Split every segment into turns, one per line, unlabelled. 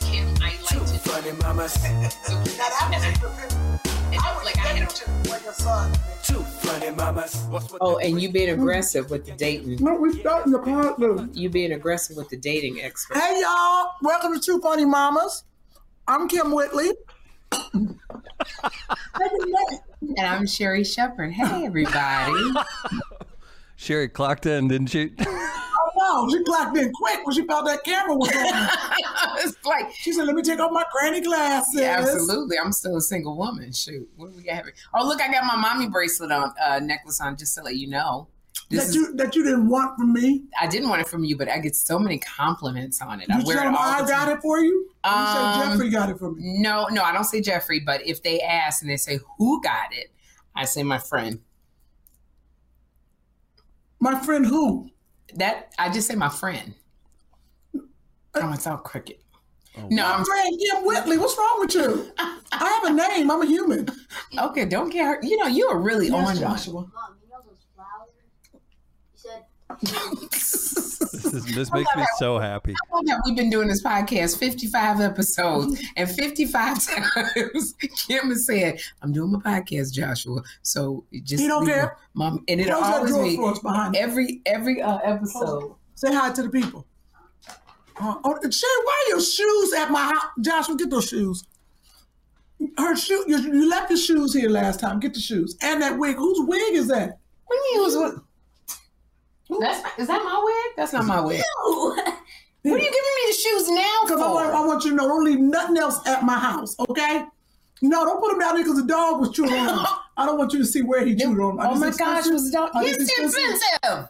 Kim, I like to do.
Funny mama,
So
Now that was
and I,
I
and,
was
like I had a,
to when your son.
two funny mamas.
Oh, and you being aggressive with the dating.
No, we starting the podcast.
You being aggressive with the dating expert.
Hey y'all, welcome to Two Funny Mamas. I'm Kim Whitley.
And I'm Sherry Shepard. Hey, everybody.
Sherry clocked in, didn't she?
Oh no, she clocked in quick when she felt that camera was on.
it's like,
she said, "Let me take off my granny glasses."
yeah, absolutely. I'm still a single woman. Shoot. What do we got? here? Oh, look, I got my mommy bracelet on, uh, necklace on, just to let you know. This
That
is,
you that you didn't want from me.
I didn't want it from you, but I get so many compliments on it. I
You
wear
tell
it
them
all
I
the
got
time.
it for you. you said
Um,
Jeffrey got it for me.
No, no, I don't say Jeffrey, but if they ask and they say, who got it? I say my friend.
My friend who?
That I just say my friend. Oh, it's all crooked.
Oh,
no, I'm
Friend Kim Whitley. What's wrong with you? I have a name. I'm a human.
Okay, don't get hurt. You know, you are really on Joshua.
Mom, you know those flowers? You said
This, is, this makes me so happy.
How long have we been doing this podcast? 55 episodes and 55 times. Kim has said, I'm doing my podcast, Joshua. So it just
He don't
leave
care.
it. Mom, and it
Close that
always
drawer
be
for us behind you.
every every uh, episode.
Say hi to the people. Uh, oh, Shay, why are your shoes at my house? Joshua, get those shoes. Her shoe, you, you left your shoes here last time. Get the shoes and that wig. Whose wig is that?
When you use what? That's is that my wig? That's not my wig. What are you giving me the shoes
Because I, want-
now
I
for?
want you to know, don't leave nothing else at my house, okay? No, don't put them down there because the dog was chewing on them. I don't want you to see where he chewed on them. Are
Oh
these
my gosh,
expensive?
was the dog?
Are
Yes,
these
it's
expensive?
expensive.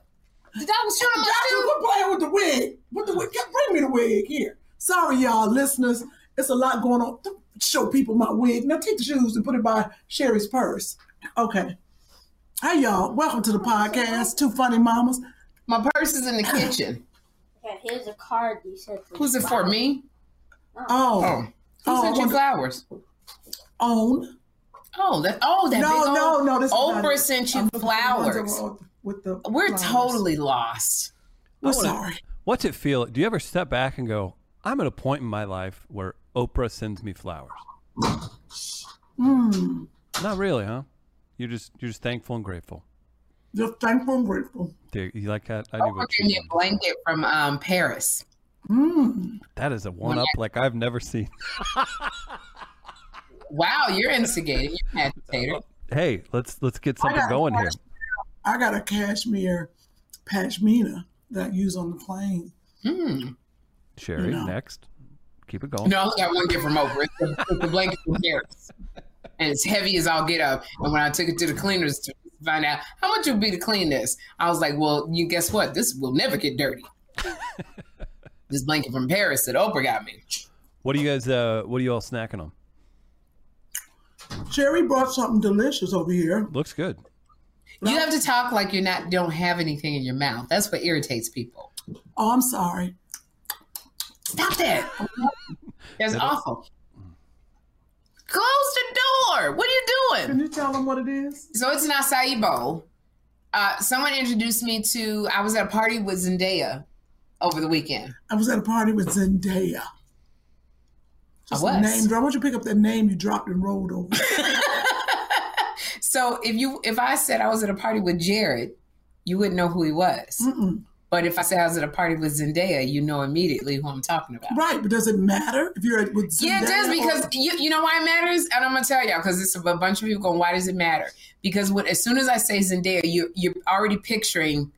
The dog was shooting my
Joshua,
shoes.
quit playing with the wig. With the wig. Get- Bring me the wig here. Sorry, y'all, listeners. It's a lot going on. Don't show people my wig. Now take the shoes and put it by Sherry's purse. Okay. Hey, y'all. Welcome to the podcast, Two Funny Mamas.
My purse is in the kitchen.
okay, here's a card you said for
Who's it for? Me?
Oh,
Oh, who
Oh, I
sent you
wonder-
flowers?
own.
Oh, that oh that
No,
big old-
no, no, this is not
Oprah
it.
sent
I'm
you
looking for the ones
flowers.
that were off With the
We're
flowers.
totally lost.
We're
I wanna-
sorry.
What's it feel? Do you ever step back and go, I'm at a point in my life where Oprah sends me flowers? Not really, huh? You're just you're just thankful and grateful.
Just thankful and grateful.
Do you like that? I knew
Oprah
what
gave me
you
a blanket from um, Paris.
Mm.
That is a one up like I've never seen.
Wow, you're instigating. You're an agitator.
Hey, let's let's get something
got a
going here.
I got a cashmere pashmina that I use on the plane.
Sherry,
No.
next. Keep it going.
No, I only got one gift from Oprah. It's the, it's the blanket from Paris. And it's heavy as I'll get up. And when I took it to the cleaners to find out how much it would be to clean this, I was like, well, you guess what? This will never get dirty. this blanket from Paris that Oprah got me.
What are you guys uh what are you all snacking on?
Sherry brought something delicious over here.
Looks good.
You have to talk like you're not don't have anything in your mouth. That's what irritates people.
Oh, I'm sorry.
Stop that. That's awful. Close the door. What are you
Can
doing?
you tell them what it is?
So it's an acai bowl. Uh, someone introduced me to. I was at a party with Zendaya over the weekend.
I was at a party with Zendaya.
I
The
was.
Name drop. Why don't you pick up that name you dropped and rolled over?
So if you if I said I was at a party with Jared, you wouldn't know who he was.
Mm.
But if I said I was at a party with Zendaya, you know immediately who I'm talking about.
right, but does it matter if you're at with Zendaya?
Yeah, it does
or-
because you, you know why it matters, and I'm gonna tell y'all because it's a bunch of people going. Why does it matter? Because when as soon as I say Zendaya, you you're already picturing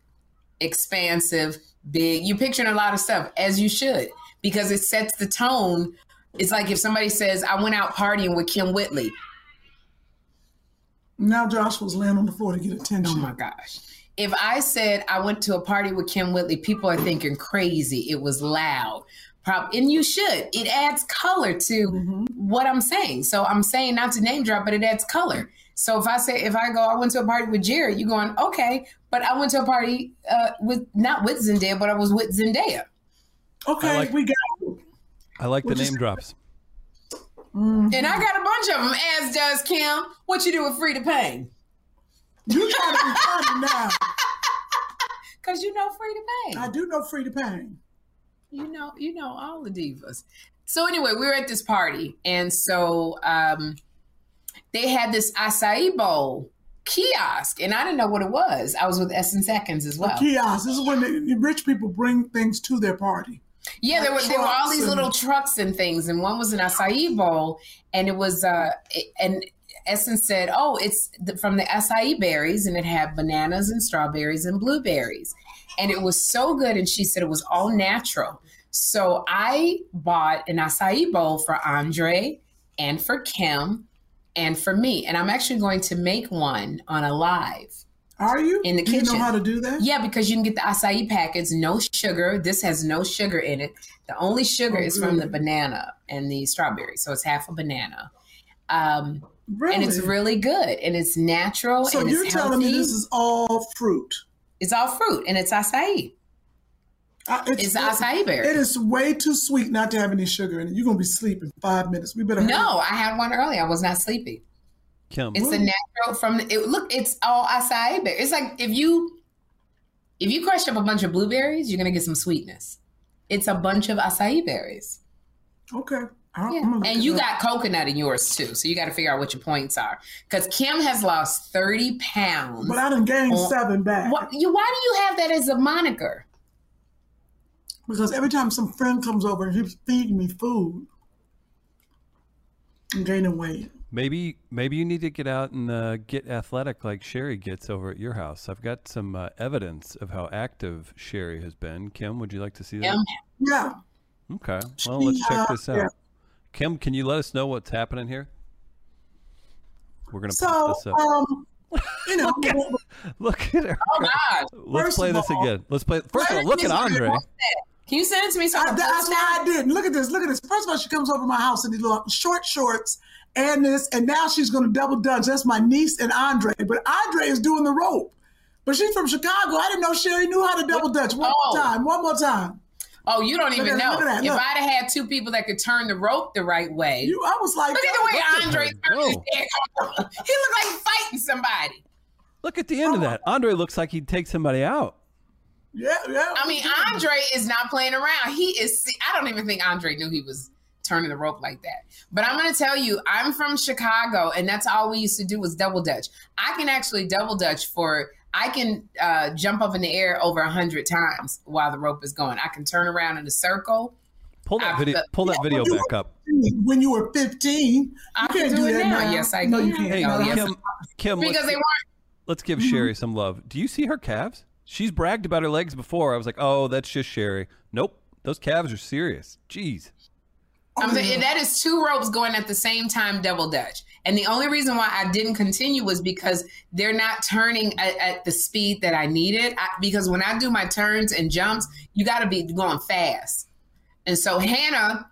expansive, big. You're picturing a lot of stuff as you should because it sets the tone. It's like if somebody says, "I went out partying with Kim Whitley."
now Joshua's laying on the floor to get attention.
Oh my gosh. If I said I went to a party with Kim Whitley, people are thinking crazy. It was loud. Prob- and you should. It adds color to what I'm saying. So I'm saying not to name drop, but it adds color. So if I say if I go, I went to a party with Jared, you going okay? But I went to a party uh, with not with Zendaya, but I was with Zendaya.
Okay,
I like-
we got you.
I like the
Which
name
is-
drops.
Mm.
And I got a bunch of them, as does Kim. What you do with Free to Pain?
You try to be funny now.
Because you know Free to Pain.
I do know free to pain.
you know, you know all the divas. So anyway, we were at this party, and so um, they had this acai bowl kiosk, and I didn't know what it was. I was with Essence Atkins as well.
Kiosk. This is when the, the rich people bring things to their party.
Yeah, there were there were all
Trucks
these
and-
little trucks and things, and one was an acai bowl, and it was uh, it- and Essence said, "Oh, it's the, from the acai berries, and it had bananas and strawberries and blueberries, and it was so good." And she said it was all natural, so I bought an acai bowl for Andre and for Kim and for me, and I'm actually going to make one on a live.
Are you?
In the
Do You
kitchen.
know how to do that?
Yeah, because you can get the acai packets, no sugar. This has no sugar in it. The only sugar
Oh,
is from the
good.
banana and the strawberry. So it's half a banana. Um,
really.
And it's really good and it's natural.
So
and
you're
it's
telling me
healthy.
this is all fruit?
it's all fruit and it's acai.
I-
It's acai berry.
It is way too sweet not to have any sugar in it. You're gonna be sleeping five minutes. We better. hurry.
No, I had one early. I was not sleepy.
Kim.
It's the natural from the, it, look, it's all acai berry. It's like if you if you crush up a bunch of blueberries, you're gonna get some sweetness. It's a bunch of acai berries.
Okay. I- I'm
Yeah.
gonna look
And
it
you
up.
got coconut in yours too. So you got to figure out what your points are. Because Kim has lost 30 pounds.
But I done gained
Oh.
seven back
Why, you, why do you have that as a moniker?
because every time some friend comes over and he's feeding me food, I'm gaining weight.
Maybe maybe you need to get out and uh, get athletic like Sherry gets over at your house. I've got some uh, evidence of how active Sherry has been. Kim, would you like to see that?
Kim,
Yeah.
Okay. Well, let's check
uh,
this out.
yeah.
Kim, can you let us know what's happening here? We're gonna
So,
pop this up.
um, you know,
look at her.
oh gosh.
let's
first
play
of
this
all-
again. Let's play. First of all,
Where
look
is
at
this
Andre.
girl? Can you send it to me so I
I,
can
that's
post it?
why I didn't. Look at this. Look at this. First of all, she comes over to my house in these little short shorts and this, and now she's going to double dutch. That's my niece and Andre. But Andre is doing the rope. But she's from Chicago. I didn't know Sherry knew how to double dutch. One
Oh.
more time. One more time.
Oh, you don't
at
even
that,
know.
look at that,
If
look.
I'd have had two people that could turn the rope the right way.
You, I was like,
look at
Look
the way
at
Andre
her
turned his
go.
head. He looked like fighting somebody.
Look at the end of that.
Oh.
Andre looks like he'd take somebody out.
yeah, yeah.
I mean, Andre is not playing around. He is. See, I don't even think Andre knew he was turning the rope like that. But I'm going to tell you, I'm from Chicago, and that's all we used to do was double dutch. I can actually double dutch for. I can uh, jump up in the air over a hundred times while the rope is going. I can turn around in a circle.
Pull
Ah,
that
I-
video. Pull that video back up.
when you were 15.
I
you
can
can't
do
do,
it
that
now.
now.
Yes, I
No,
can.
you can't.
Hey,
No,
No,
yes.
Kim. Kim,
Because
let's,
they weren't.
let's give Sherry some love. Do you see her calves? She's bragged about her legs before. I was like, oh, that's just Sherry. Nope, those calves are serious. Jeez.
I'm saying, that is two ropes going at the same time, double dutch. And the only reason why I didn't continue was because they're not turning at, at the speed that I needed. I, because when I do my turns and jumps, you got to be going fast. And so Hannah,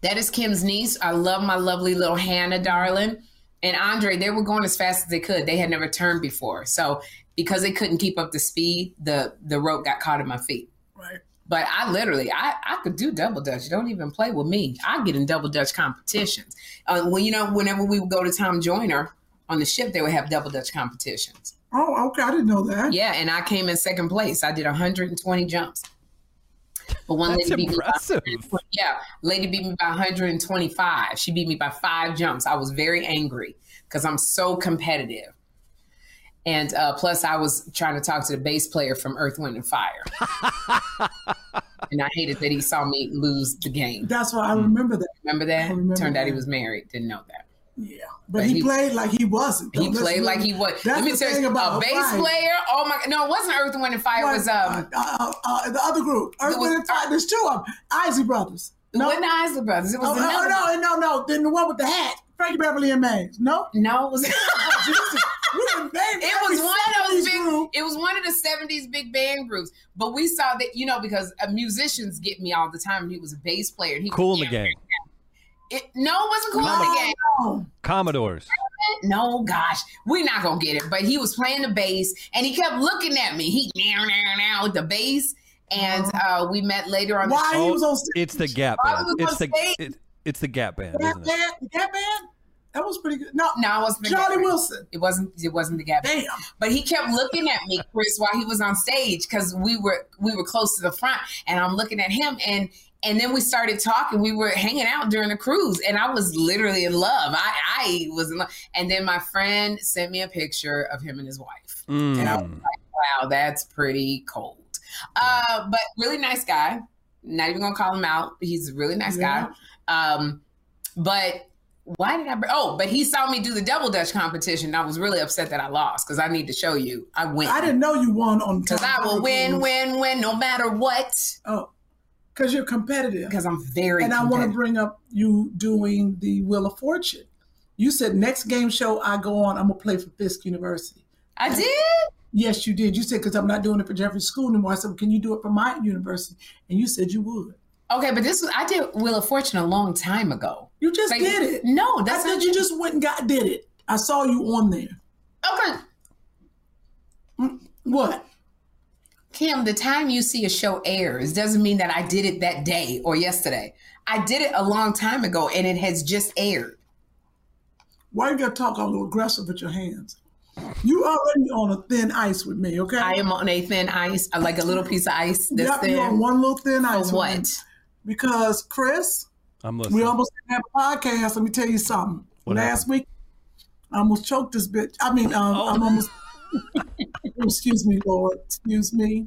that is Kim's niece. I love my lovely little Hannah, darling. And Andre, they were going as fast as they could. They had never turned before, so because they couldn't keep up the speed, the the rope got caught in my feet.
Right.
But I literally, I, I could do double dutch. Don't even play with me. I get in double dutch competitions. Uh, well, you know, whenever we would go to Tom Joyner on the ship, they would have double dutch competitions.
Oh, okay. I didn't know that.
Yeah, and I came in second place. I did 120 jumps. But one
That's
lady beat me by,
impressive.
yeah, lady beat me by 125. She beat me by five jumps. I was very angry because I'm so competitive. And uh, plus, I was trying to talk to the bass player from Earth, Wind, and Fire. and I hated that he saw me lose the game.
That's why I remember that.
Remember that?
I remember
Turned out he
that.
was married. Didn't know that.
Yeah. But,
But
he,
he-
played like he wasn't.
He
That's
played
really-
like he was.
That's
Let me
the
tell
thing
you, a
about
bass
right.
player. Oh my! No, it wasn't Earth, Wind, and Fire. It was um,
uh, uh, uh, the other group. Earth,
it was-
Wind, and Fire. There's two of them. Isley Brothers.
no. wasn't the Isla Brothers. It was
Oh,
another.
oh, no, no, no. Then the one with the hat. Frankie Beverly and Mays. No?
No, it was. it
Jesus. We done named
was
every
one those
70s
big.
group.
It was one of the '70s big band groups, but we saw that you know because uh, musicians get me all the time. And he was a bass player. And he
Cool in
was,
the gang.
It, no, it wasn't cool in the game.
Oh,
Commodores.
no gosh we're not gonna get it but he was playing the bass and he kept looking at me he now now now with the bass and uh we met later on
why he
Oh,
was on stage?
It's the Gap
I
Band.
was
It's the
gonna say-
it, it's the Gap Band,
That
isn't it?
band, that band, that was pretty good. No,
the, no it wasn't the Gap
Johnny
Band.
Wilson.
it wasn't it wasn't the Gap Band.
Damn.
but he kept looking at me chris while he was on stage because we were we were close to the front and i'm looking at him and and then we started talking we were hanging out during the cruise and i was literally in love i i was in love and then my friend sent me a picture of him and his wife
Mm.
Wow, that's pretty cold. Uh, but really nice guy. Not even gonna call him out. He's a really nice
Yeah.
guy. Um, but why did I? br- Oh, but he saw me do the double dutch competition. And I was really upset that I lost because I need to show you I win.
I didn't know you won on
Because I will win, win, win, no matter what.
Oh, because you're competitive.
Because I'm very.
and I want to
competitive.
bring up you doing the Wheel of Fortune. You said next game show I go on, I'm gonna play for Fisk University.
I did.
Yes, you did. You said because I'm not doing it for Jefferson School anymore. I said, well, can you do it for my university? And you said you would.
Okay, but this was I did Wheel of Fortune a long time ago.
You just
Like,
did it.
No,
I
that's
said
not
you just went and got did it. I saw you on there.
okay.
What?
Kim, the time you see a show airs doesn't mean that I did it that day or yesterday. I did it a long time ago and it has just aired.
Why you gotta talk all aggressive with your hands? You already on a thin ice with me, okay?
I am on a thin ice, uh, like a little piece of ice that's
Yep, you on
thin.
one little thin ice.
For
with me.
what?
Because Chris,
I'm
we
listening.
almost didn't have a podcast. Let me tell you something.
What
Last week, I almost choked this bitch. I mean, um,
Oh.
I'm almost. excuse me, Lord. Excuse me.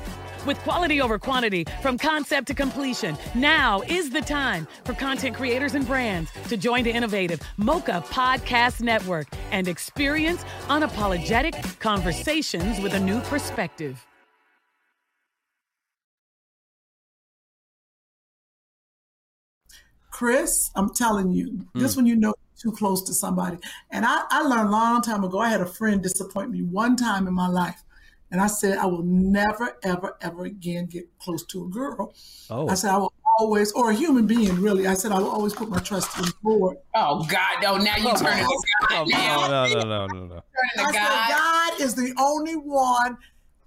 With quality over quantity, from concept to completion, now is the time for content creators and brands to join the innovative Mocha Podcast Network and experience unapologetic conversations with a new perspective.
Chris, I'm telling you, this one you know too close to somebody. And I, I learned a long time ago, I had a friend disappoint me one time in my life. And I said, I will never, ever, ever again get close to a girl.
Oh.
I said, I will always, or a human being, really. I said, I will always put my trust in the Lord.
Oh God, no, now you turn it to
Oh,
God. Now
no, no, no, no, no,
you turn
no.
I
it to God.
said, God is the only one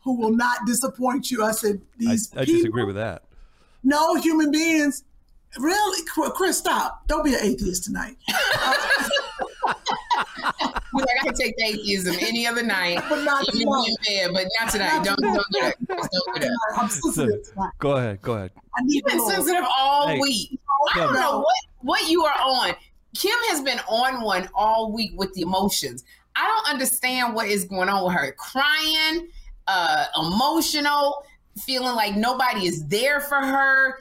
who will not disappoint you. I said,
I,
these
I
people,
disagree with that.
no human beings. Really, Qu- Chris, stop. Don't be an atheist tonight.
He's Like, I can take atheism any other night.
But not
Even
tonight.
in bed, but not tonight. Don't don't do it. Don't do that.
I'm sensitive tonight.
Go ahead, go ahead.
I need
You've
the
been
Lord.
sensitive all
Hey,
week. I don't
Kim.
know what what you are on. Kim has been on one all week with the emotions. I don't understand what is going on with her. Crying, uh, emotional. feeling like nobody is there for her,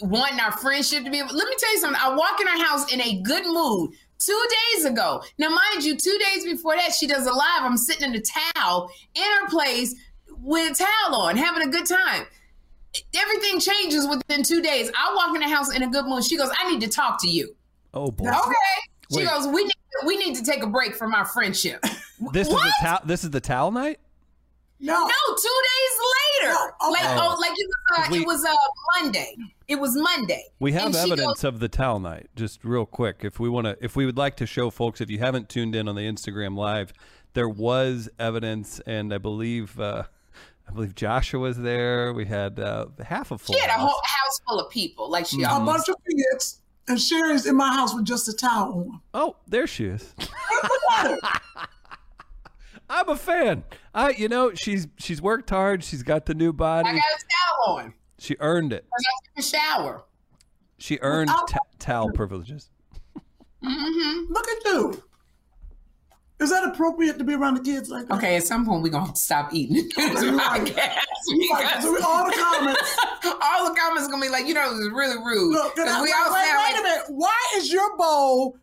wanting our friendship to be. Let me tell you something. I walk in her house in a good mood two days ago. Now, mind you, two days before that, she does a live. I'm sitting in a towel in her place with a towel on, having a good time. Everything changes within two days. I walk in the house in a good mood. She goes, I need to talk to you.
Oh boy.
Okay. She
Wait.
goes, we need, we need to take a break from our friendship.
This is the towel. This is the towel night.
No.
No, two days later. Like
Oh.
oh, like it was uh,
We-
it was uh, Monday. It was Monday.
We have
And she
evidence
goes-
of the towel night. Just real quick, if we want to, if we would like to show folks, if you haven't tuned in on the Instagram live, there was evidence, and I believe, uh, I believe Joshua was there. We had uh, half a full.
she had a
house.
whole house full of people. Like she
Mm-hmm.
A bunch of kids, and Sherry's in my house with just a towel on.
Oh, there she is. I'm a fan. I, you know, she's she's worked hard. She's got the new body.
I got a towel on.
She earned it.
I got a shower.
She earned
Oh.
ta- towel privileges.
Look at you. Is that appropriate to be around the kids like that?
Okay, at some point we're gonna stop eating. Podcast,
Like,
because
so we- all the comments.
all the comments are gonna be like, you know, this is really rude.
Look, and
'Cause
I,
we
wait,
all
wait,
sound
wait
like-
a minute. Why is your bowl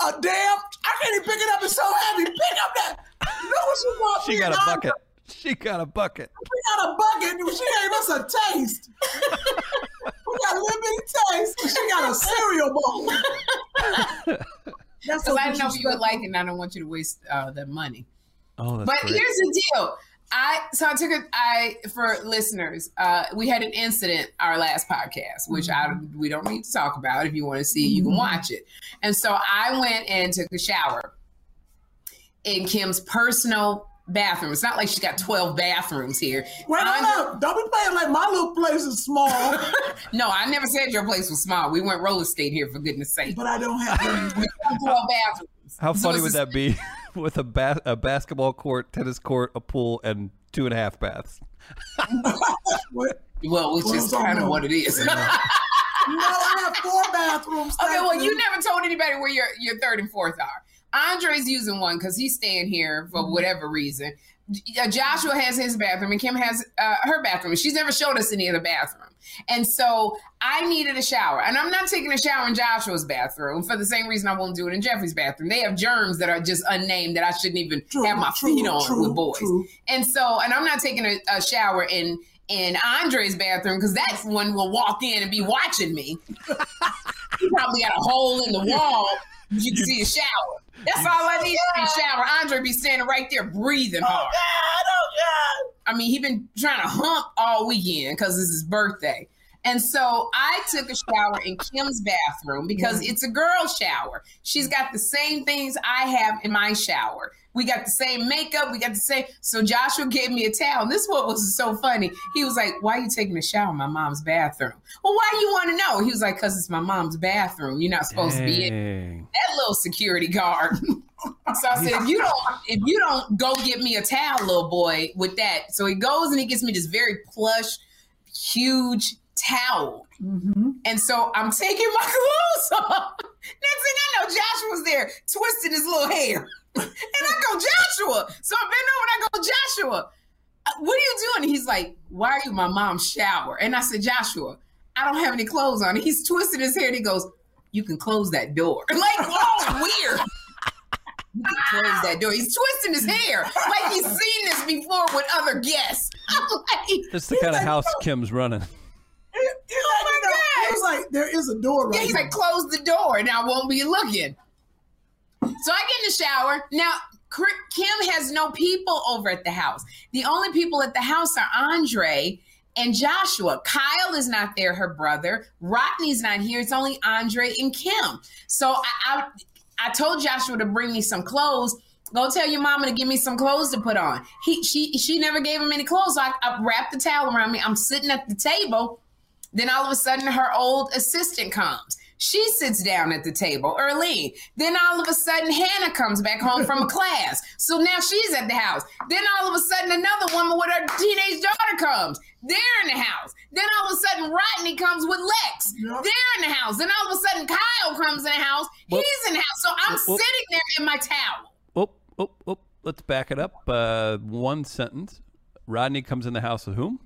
a damn? I can't even pick it up. It's so heavy. Pick up that. You know what you want?
She
me
got
and
a
I-
bucket. She got a bucket.
We got a bucket. and She gave us a taste. we got a little bit of taste. and She got a cereal bowl. That's so
Because I know you would
disrespectful.
like it, and I don't want you to waste uh, that money.
Oh, that's
But
great.
here's the deal. I so I took a I for listeners. Uh, we had an incident our last podcast, which I we don't need to talk about. If you want to see, you can watch it. And so I went and took a shower in Kim's personal bathroom. It's not like she's got twelve bathrooms here.
Wait, no,
I'm-
no. Don't be playing like my little place is small,
No, I never said your place was small. We went roller skate here for goodness sake.
but I don't have any.
Twelve bathrooms.
How
So
funny
it's
would
a-
that be with a, ba- a basketball court, tennis court, a pool, and two and a half baths?
What?
Well, which is
Well,
kind of what it is.
No, I have four bathrooms.
Okay,
thank
well, you never told anybody where your, your third and fourth are. Andre's using one because he's staying here for
Mm-hmm.
whatever reason. J- uh, Joshua has his bathroom and Kim has uh, her bathroom. She's never showed us any other bathroom. And so I needed a shower. And I'm not taking a shower in Joshua's bathroom for the same reason I won't do it in Jeffrey's bathroom. They have germs that are just unnamed that I shouldn't even
True,
have my
true,
feet on
true,
with boys.
true.
And so, and I'm not taking a, a shower in in Andre's bathroom because that one will walk in and be watching me. he probably got a hole in the wall. You can see a shower. That's all I need to be shower. Andre be standing right there breathing hard. I mean, he been trying to hump all weekend because it's his birthday. And so I took a shower in Kim's bathroom because it's a girl shower. She's got the same things I have in my shower. We got the same makeup. We got the same. So Joshua gave me a towel. And this is what was so funny. He was like, "Why are you taking a shower in my mom's bathroom?" Well, why do you want to know? He was like, "Cause it's my mom's bathroom. You're not supposed to be in." it."
Dang.
that little security guard. so I said, if you don't, if you don't go get me a towel, little boy, with that. So he goes and he gets me this very plush, huge towel. And so I'm taking my clothes off. Next thing I know, Joshua's there twisting his little hair. and I go, Joshua. So I bend over and I go, Joshua, uh, what are you doing? And he's like, why are you in my mom's shower? And I said, Joshua, I don't have any clothes on. And he's twisting his hair and he goes, you can close that door. Like, whoa, weird. You can close that door. He's twisting his hair like he's seen this before with other guests. I'm like,
That's the kind of house Kim's running.
He, he let me
Oh my
know.
God.
He was like, there is a door right
Yeah, he's
here.
like, close the door and I won't be looking. So I get in the shower. Now, Cr- Kim has no people over at the house. The only people at the house are Andre and Joshua. Kyle is not there, her brother. Rodney's not here. It's only Andre and Kim. So I, I, I told Joshua to bring me some clothes. Go tell your mama to give me some clothes to put on. He, she, she never gave him any clothes. So I, I wrapped the towel around me. I'm sitting at the table. Then all of a sudden, her old assistant comes. She sits down at the table, Earlene. Then all of a sudden, Hannah comes back home from a class. So now she's at the house. Then all of a sudden, another woman with her teenage daughter comes. They're in the house. Then all of a sudden, Rodney comes with Lex.
Yep.
They're in the house. Then all of a sudden, Kyle comes in the house. He's in the house. So I'm
well-
sitting there in my towel.
Oh, oh, oh. Let's back it up. Uh, one sentence. Rodney comes in the house with whom?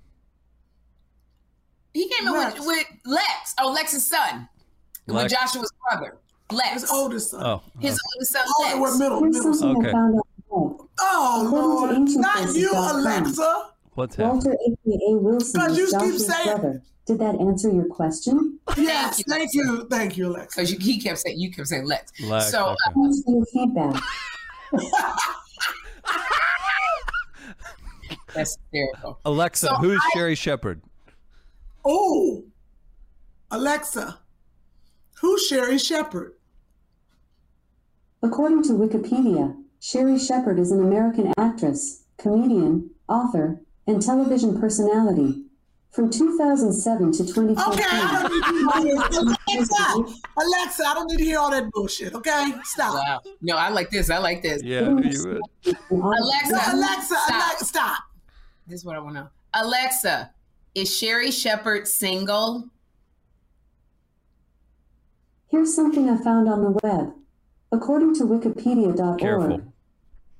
even
Lex.
with, with Lex. Oh, Lex's son.
Lex.
With Joshua's brother. Lex.
His oldest son.
Oh,
His oldest son,
Oh,
Lex.
what middle, middle son.
okay.
Oh, Lord.
According to
Not you,
ancestry.com.
Alexa.
What's happening?
Walter A.K.A. Wilson
But you
is
keep
Joshua's
saying-
brother. Did that answer your question?
Yes,
Thank
thank you. Thank you, Alexa.
Because he kept saying, you kept saying Lex.
Lex,
so,
okay.
uh,
Thanks for your feedback.
that's hysterical.
Alexa,
So
who's Sherry Shepard?
Oh, Alexa, who's Sherry Shepherd?
According to Wikipedia, Sherry Shepard is an American actress, comedian, author, and television personality. From 2007 to
Okay, I
2014,
don't need to hear this. Alexa, Alexa, I don't need to hear all that bullshit. Okay, stop.
Wow. No, I like this. I like this.
Yeah, I knew you uh, would.
an author-
Alexa,
Alexa,
stop.
Alexa, stop.
This is what I want to know. Alexa, is Sherry Shepard single?
Here's something I found on the web. According to Wikipedia.org,
Careful.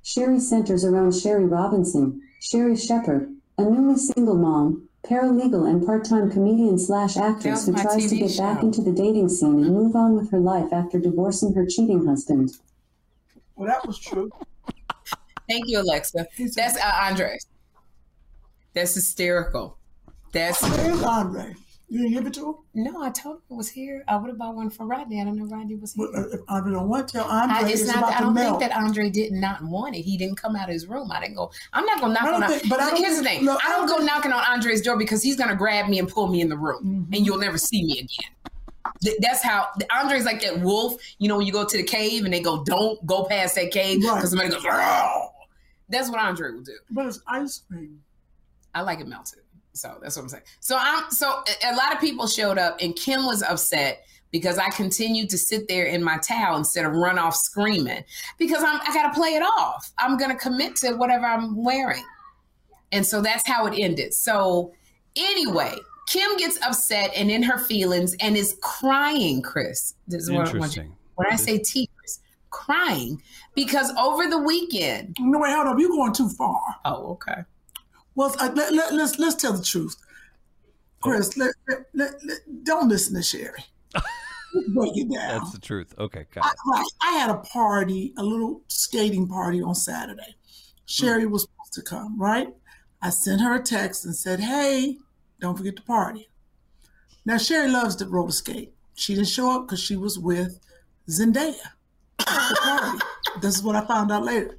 Sherry centers around Sherry Robinson, Sherry Shepard, a newly single mom, paralegal, and part-time comedian slash actress
That
who
was my
tries to
TV
get back
show.
into the dating scene and move on with her life after divorcing her cheating husband.
Well, that was true.
Thank you, Alexa. That's uh, Andres. That's hysterical. That's
There's Andre. You didn't give it to him?
no. I told her it was here. I would have bought one for Rodney. I don't know Rodney was here.
Well, uh, If Andre don't want, tell Andre
I,
it's,
it's not.
about
that- I
to
don't
melt.
think that Andre did not want it. He didn't come out of his room. I didn't go. I'm not gonna knock
I don't
on.
think- but I don't
here's the
think-
thing.
look,
I
I
don't
don't
go
think-
knocking on Andre's door because he's gonna grab me and pull me in the room, and you'll never see me again. Th- That's how Andre's like that wolf. You know, when you go to the cave and they go, "Don't go past that cave," because somebody
Right.
goes. "Rawr." That's what Andre will do.
But it's ice cream.
I like it melted. So that's what I'm saying. So I'm so a a lot of people showed up and Kim was upset because I continued to sit there in my towel instead of run off screaming because I'm I got to play it off. I'm going to commit to whatever I'm wearing. And so that's how it ended. So anyway, Kim gets upset and in her feelings and is crying, Chris. This is what I want you-
Interesting.
when I say tears, crying because over the weekend.
No, wait, hold up. You're going too far.
Oh, okay.
Well, uh, let, let, let's let's tell the truth, Chris. Let, let, let- let- don't listen to Sherry. Break it down.
That's the truth. Okay, got it.
Right. I had a party, a little skating party on Saturday. Sherry was supposed to come, right? I sent her a text and said, hey, don't forget the party. Now, Sherry loves to roller skate. She didn't show up because she was with Zendaya at the party. this is what I found out later.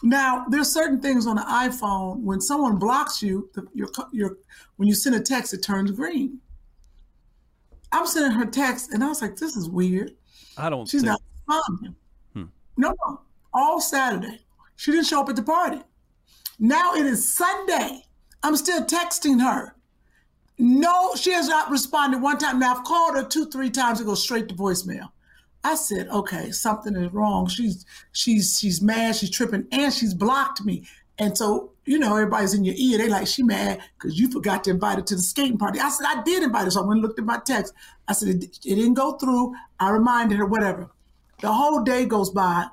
Now, there's certain things on the iPhone when someone blocks you, the, your, co- your, when you send a text, it turns green. I'm sending her text and I was like, this is weird.
I don't
She's
think
not responding. No, no. All Saturday. She didn't show up at the party. Now it is Sunday. I'm still texting her. No, she has not responded one time. Now I've called her two, three times. It goes straight to voicemail. I said, okay, something is wrong. She's she's she's mad, she's tripping, and she's blocked me. And so, you know, everybody's in your ear. They like, she mad because you forgot to invite her to the skating party. I said, I did invite her. So I went and looked at my text. I said, it, it didn't go through. I reminded her, whatever. The whole day goes by,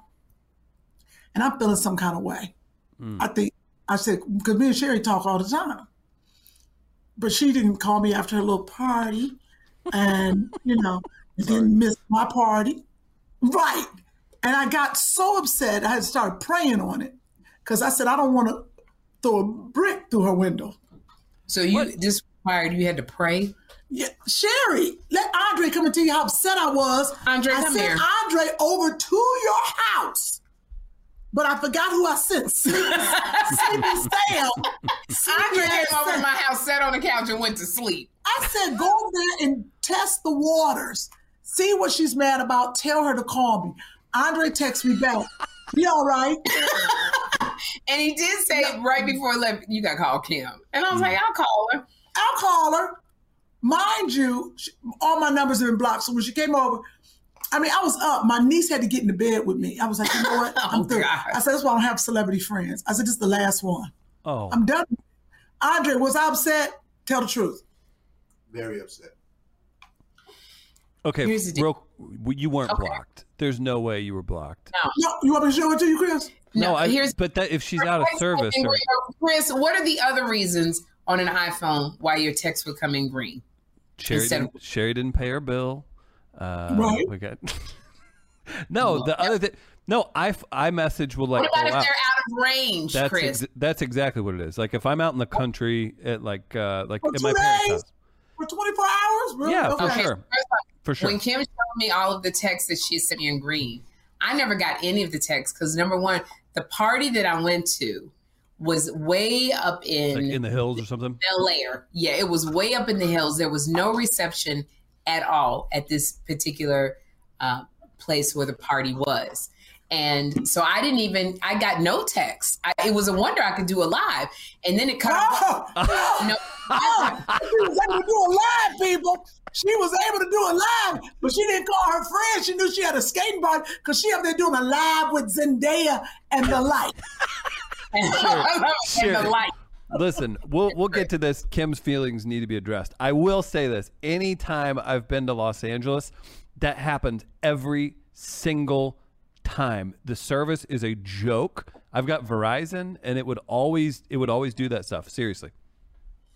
and I'm feeling some kind of way. I think I said because me and Sherry talk all the time, but she didn't call me after her little party, and you know didn't miss my party, right? And I got so upset I had started praying on it because I said I don't want to throw a brick through her window.
So you this required you had to pray.
Yeah, Sherry, let Andre come and tell you how upset I was.
Andre,
I
come
sent
here.
Andre over to your house, but I forgot who I sent. Sleepy Sleepy Sam. Sleepy
Andre came
Sam.
over to my house, sat on the couch, and went to sleep.
I said, go there and test the waters. See what she's mad about. Tell her to call me. Andre texts me back. You all right?
And he did say right before eleven, you got to call Kim. And I
Mm.
was like, I'll call her.
I'll call her. Mind you, she, all my numbers have been blocked. So when she came over, I mean, I was up. My niece had to get into bed with me. I was like, you know what? I'm
Oh,
through.
God.
I said, that's why I don't have celebrity friends. I said, this is the last one.
Oh,
I'm done. Andre, was I upset? Tell the truth.
Very upset.
okay.
Here's the deal.
Real, you weren't blocked. There's no way you were blocked.
No, you want me to show it to you, Chris?
No, I,
here's
but that, if she's out of service, or,
Chris. What are the other reasons on an iPhone while your texts were coming green.
Sherry,
Instead
didn't, Sherry didn't pay her bill. Uh,
Right.
We got. no, the other thing. No, I message will like.
what about
go
if
out.
they're out of range,
that's
Chris?
ex- that's exactly what it is. Like if I'm out in the country at like uh like
For
at my
two
parents'
days?
house.
For 24 hours? Really?
Yeah, for sure.
first off,
For sure.
When Kim showed me all of the texts that she sent me in green, I never got any of the texts because number one, the party that I went to was way up in
Like in the hills or something.
Bel Air. Yeah, it was way up in the hills. There was no reception at all at this particular uh, place where the party was. And so I didn't even, I got no text. I, it was a wonder I could do a live. And then it cut
Oh,
off. No.
She was able to do a live, people. She was able to do a live, but she didn't call her friend. She knew she had a skating party because she up there doing a live with Zendaya and the like.
Sherry, Listen, we'll we'll get to this. Kim's feelings need to be addressed. I will say this: anytime I've been to Los Angeles, that happens every single time. The service is a joke. I've got Verizon, and it would always it would always do that stuff. Seriously,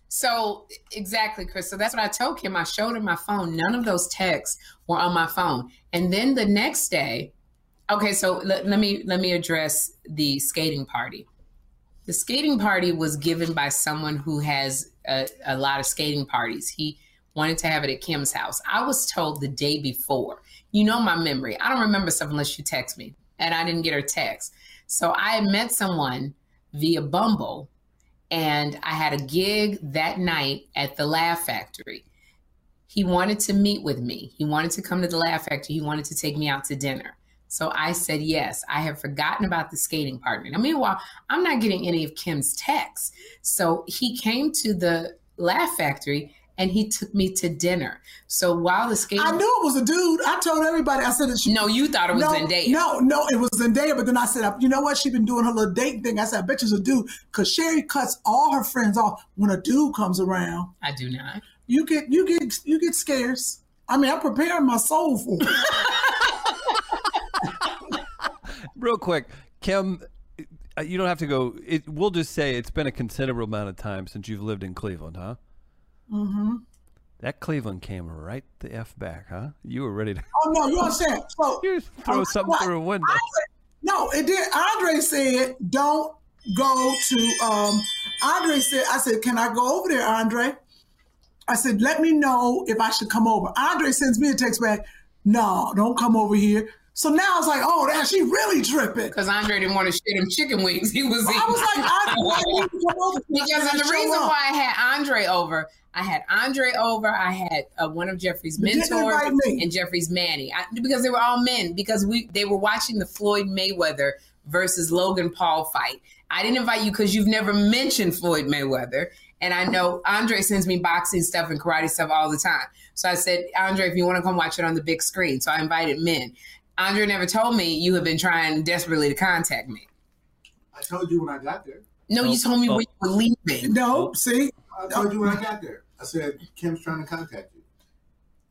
So exactly, Chris. So that's what I told him. I showed him my phone. None of those texts were on my phone. And then the next day, okay. So let, let me let me address the skating party. The skating party was given by someone who has a, a lot of skating parties. He wanted to have it at Kim's house. I was told the day before. You know my memory. I don't remember stuff unless you text me, and I didn't get her text. So I had met someone via Bumble and I had a gig that night at the Laugh Factory. He wanted to meet with me. He wanted to come to the Laugh Factory. He wanted to take me out to dinner. So I said yes. I had forgotten about the skating partner. Now, meanwhile, I'm not getting any of Kim's texts. So he came to the Laugh Factory and he took me to dinner. So while the skating,
I knew it was a dude. I told everybody. I said, that she,
No, you thought it was
no,
Zendaya.
No, no, it was Zendaya. But then I said, you know what? She been doing her little dating thing. I said, I bet you it's a dude because Sherry cuts all her friends off when a dude comes around.
I do not.
You get, you get, you get scarce. I mean, I'm preparing my soul for it.
real quick, Kim, uh, you don't have to go. It, we'll just say it's been a considerable amount of time since you've lived in Cleveland, huh?
hmm
That Cleveland came right the f back, huh? You were ready to
Oh no, you understand? So you
throw something through a window.
No, it did. Andre said, "Don't go to." Um, Andre said, "I said, can I go over there, Andre?" I said, "Let me know if I should come over." Andre sends me a text back, "No, don't come over here." So now it's like, "Oh, that she really tripping."
Because Andre didn't want to shit him chicken wings. He was.
I was like, I- I need to come over.
because of the
Show
reason
up.
why I had Andre over, I had Andre over. I had uh, one of Jeffrey's
You didn't
mentors
invite me.
and Jeffrey's Manny I, because they were all men. Because we they were watching the Floyd Mayweather versus Logan Paul fight. I didn't invite you because you've never mentioned Floyd Mayweather, and I know Andre sends me boxing stuff and karate stuff all the time. So I said, Andre, if you want to come watch it on the big screen, so I invited men. Andre never told me you have been trying desperately to contact me.
I told you when I got there.
No, you told me when you were leaving.
No, see,
I told you when I got there. I said Kim's trying to contact you.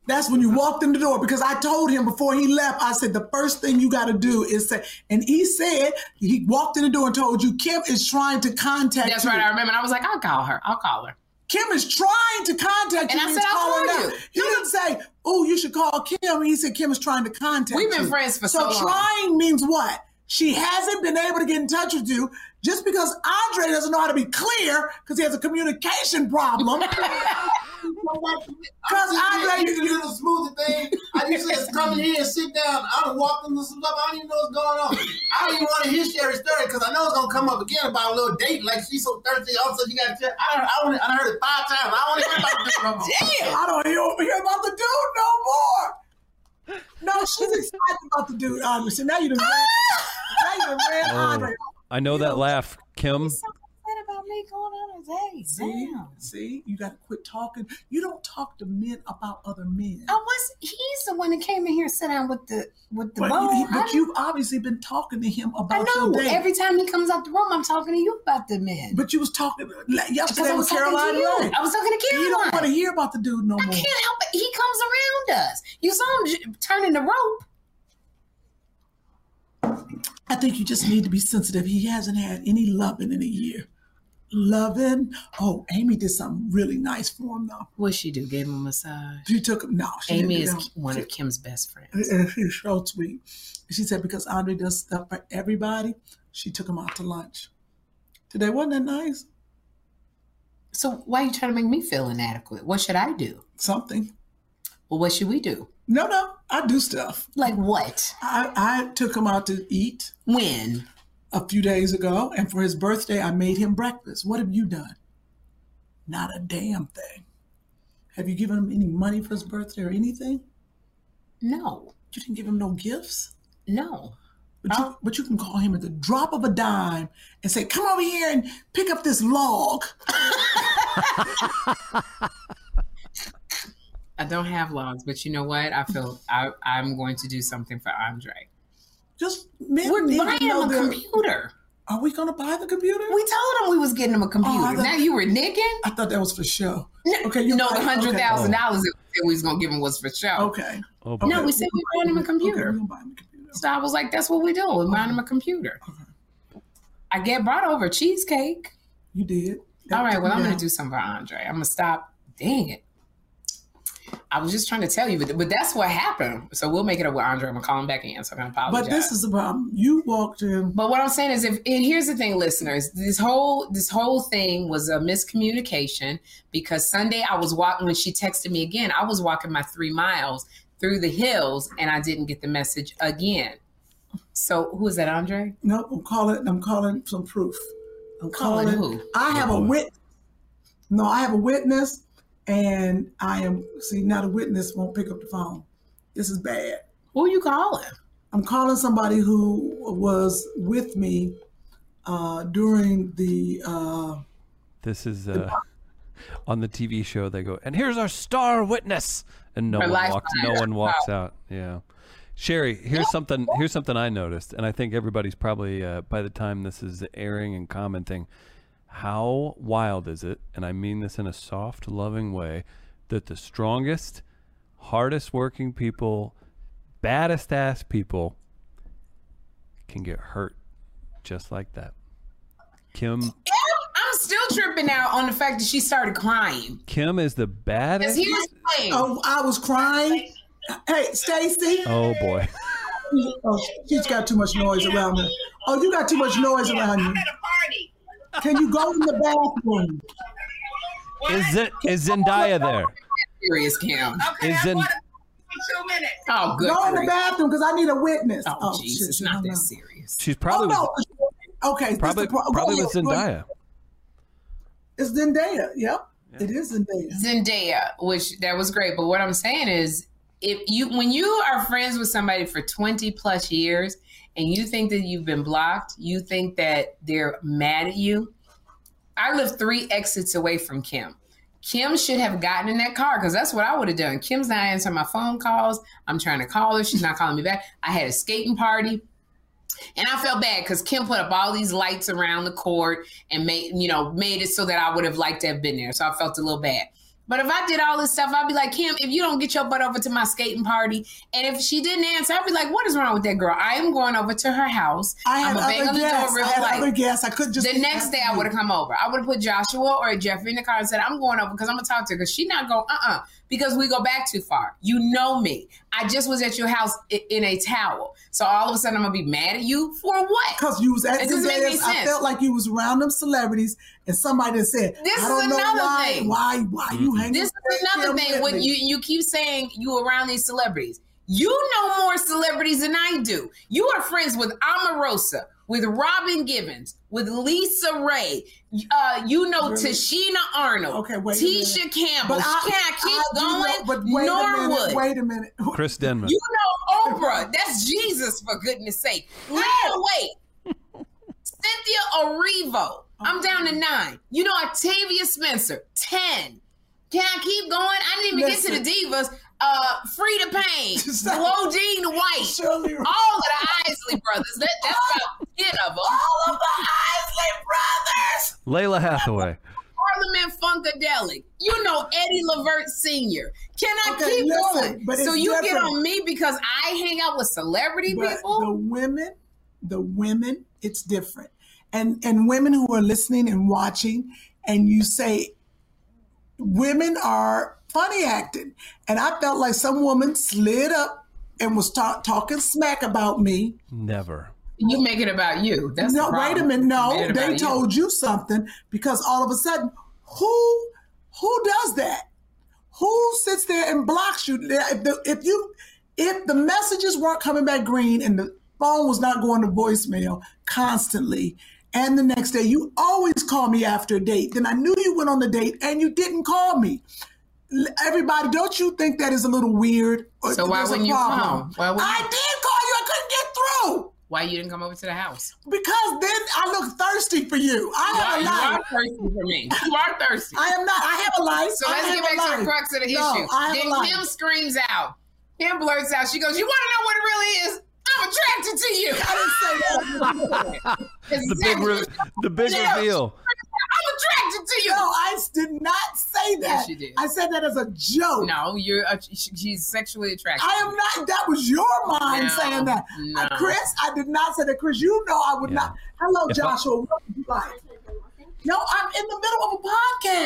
That's when you walked in the door because I told him before he left, I said, the first thing you got to do is say, and he said, he walked in the door and told you, Kim is trying to contact
That's
you.
right. I remember. And I was like, I'll call her. I'll call her.
Kim is trying to contact
And
you.
I
He's
said, I'll
calling
call
out.
you.
He didn't say, oh, you should call Kim. He said, Kim is trying to contact
We've been
you.
friends for so long.
trying means what? She hasn't been able to get in touch with you just because Andre doesn't know how to be clear because he has a communication problem. Because Andre,
you do the smoothest thing. I usually just come in here and sit down. I done walked into some stuff. I don't even know what's going on. I don't even want to hear Sherry's story because I know it's gonna come up again about a little date. Like she's so thirsty. All of a sudden, you got to. I, I, wanna- I heard it five times. I want to hear about this no more.
Damn. I don't hear over here about the dude no more. No, she's excited about the dude, obviously. Now you done ran, now you done ran Andre.
Oh, I know that laugh, Kim.
about me going on a date. See, see, you got to quit talking. You don't talk to men about other men.
I was. He's the one that came in here and sat down with the with the
But,
bow.
you,
I
but you've obviously been talking to him
I
about
know.
your date.
Every time he comes out the room, I'm talking to you about the men.
but you was talking like,
Because
yesterday
I
with
was talking to
Caroline.
you.
Lane.
I was talking to
You
Caroline.
don't want to hear about the dude no
I
more.
can't help it. He comes around us. You saw him j- turning the rope.
I think you just need to be sensitive. He hasn't had any loving in a year. loving. Oh, Amy did something really nice for him though.
What she do? Gave him a massage.
She took him. No, she
Amy
didn't
is
do that. Uh,
one
She-
of Kim's best friends.
and she was so sweet. She said because Andre does stuff for everybody, she took him out to lunch. Today wasn't that nice?
So why are you trying to make me feel inadequate? What should I do?
Something.
Well, what should we do?
No, no, I do stuff.
Like what?
I, I took him out to eat.
When?
A few days ago, and for his birthday, I made him breakfast. What have you done? Not a damn thing. Have you given him any money for his birthday or anything?
No.
You didn't give him no gifts?
No.
But you, but you can call him at the drop of a dime and say, come over here and pick up this log.
I don't have logs, but you know what? I feel I, I'm going to do something for Andre.
Just men
We're
need to
buying
know
him a
their-
computer.
Are we gonna buy the computer?
We told him we was getting him a
Oh,
computer.
I thought-
now you were nicking.
I thought that was for show. Okay,
You
you're
know the
right.
hundred
Okay.
thousand dollars that we said we was gonna give him was for show.
Okay.
Oh,
Oh. No, we said we bought him a computer. So I was like, that's what we do. We bought him a computer. I get brought over cheesecake.
You did.
All right, well, I'm
Yeah.
going to do something for Andre. I'm going to stop. Dang it. I was just trying to tell you, but, but that's what happened. So we'll make it up with Andre. I'm going to call him back in so I can apologize.
But this is the problem. You walked in.
But what I'm saying is, if and here's the thing, listeners, this whole this whole thing was a miscommunication because Sunday I was walking when she texted me again. I was walking my three miles through the hills and I didn't get the message again. So who is that, Andre?
No, I'm calling. I'm calling some proof. I'm
Calling
calling.
who?
I have a wit. No, I have a witness, and I am. See, now the witness won't pick up the phone. This is bad.
Who are you calling?
I'm calling somebody who was with me uh, during the. Uh,
This is uh, on the TV show. They go, and here's our star witness, and no
Our
one
life
walks. No
matter.
one walks out. Yeah, Sherry, here's something. Here's something I noticed, and I think everybody's probably uh, by the time this is airing and commenting. How wild is it? And I mean this in a soft, loving way. That the strongest, hardest working people, baddest ass people, can get hurt just like that. Kim
I'm still tripping out on the fact that she started crying.
Kim is the
Because
baddest.
here's the thing.
oh, I was crying. Hey, Stacy.
Oh boy.
Oh, she's got too much noise around me. Oh, you got too much noise around you.
Party.
Can you go in the bathroom?
Is it is
Oh,
Zendaya there?
Serious Kim.
Okay,
Is
I
in-
want to two minutes.
Oh, good.
Go in the
grief.
bathroom because I need a witness.
Oh,
Oh,
jeez,
shit,
it's
you
not
don't
that
know.
serious.
She's
Oh,
probably with-
no. Okay. this
probably
the pro- oh, go
probably
ahead,
with
go ahead.
Zendaya.
It's Zendaya. Yep. It is Zendaya.
Zendaya, which that was great. But what I'm saying is, if you when you are friends with somebody for 20 plus years and you think that you've been blocked, you think that they're mad at you. I live three exits away from Kim. Kim should have gotten in that car because that's what I would have done. Kim's not answering my phone calls. I'm trying to call her. She's not calling me back. I had a skating party. And I felt bad because Kim put up all these lights around the court and made you know made it so that I would have liked to have been there. So I felt a little bad. But if I did all this stuff, I'd be like, Kim, if you don't get your butt over to my skating party, and if she didn't answer, I'd be like, what is wrong with that girl? I am going over to her house.
I
I'm
had
gonna bang on
other
the door
guests.
real
I had
light.
other guests. I could just.
The next day, I would have come over. I would have put Joshua or Jeffrey in the car and said, "I'm going over because I'm gonna talk to her because she not going uh uh because we go back too far. You know me. I just was at your house i- in a towel, so all of a sudden I'm gonna be mad at you for what?
Because you was at
It doesn't make any
Zendaya's, I
sense.
felt like you was around them celebrities, and somebody said,
This
"I
is
don't know
another
why,
thing.
why, why you hanging."
This is
with
another
Kim
thing when
Whitley?"
you you keep saying you around these celebrities. You know more celebrities than I do. You are friends with Omarosa, with Robin Givens, with Lisa Ray. Uh, you know
Really?
Tashina Arnold,
Okay, wait a
Tisha
minute.
Campbell.
But I-
Can I
I
keep
do know- but
going?
wait
Norwood.
A minute, wait a minute.
Chris Denman.
You know Oprah. That's Jesus, for goodness sake. Lana Wait. Cynthia Orivo. I'm down to nine. You know Octavia Spencer. Ten. Can I keep going? I didn't even get to the divas. Uh, Frida Payne, Claudine White,
Shirley-
all of the Isley brothers. That, that's about ten of them. All of the Isley brothers.
Layla Hathaway.
Parliament Funkadelic. You know Eddie Lavert Sr. Can I
Okay,
keep
listen,
going?
but
So
it's
you get
different.
on me because I hang out with celebrity
But
people?
the women, the women, it's different. and and women who are listening and watching, and you say, women are funny acting, and I felt like some woman slid up and was ta- talking smack about me.
Never.
You make it about you. That's
no,
the problem.
wait a minute.
You
No,
made it
they
about
told you something because all of a sudden, who who does that? Who sits there and blocks you? If the, if you if the messages weren't coming back green and the phone was not going to voicemail constantly, and the next day you always call me after a date, then I knew you went on the date and you didn't call me. L- Everybody, don't you think that is a little weird? Or
So why
there's a
wouldn't you
problem?
come? Why wouldn't
I
you-
did call you. I couldn't get through.
Why you didn't come over to the house?
Because then I look thirsty for you. I have
you
a
are, you
life.
are thirsty for me. You are thirsty.
I am not. I have a life.
So
I
let's
have
get
a
back to the
life.
crux of the
No,
issue.
I have a
then
life.
Kim screams out. Kim blurts out. She goes, "You want to know what it really is? I'm attracted to you." I didn't say that.
The big, re- the big
Yeah.
reveal.
I'm attracted to you.
No, I s- did not say that.
Yes, you did.
I said that as a joke.
No, you're a, she- she's sexually attracted.
I am not. That was your mind
No,
saying that,
no.
Uh, Chris. I did not say that, Chris. You know I would not. Hello,
If I-
Joshua. What would you like? No, I'm in the middle of a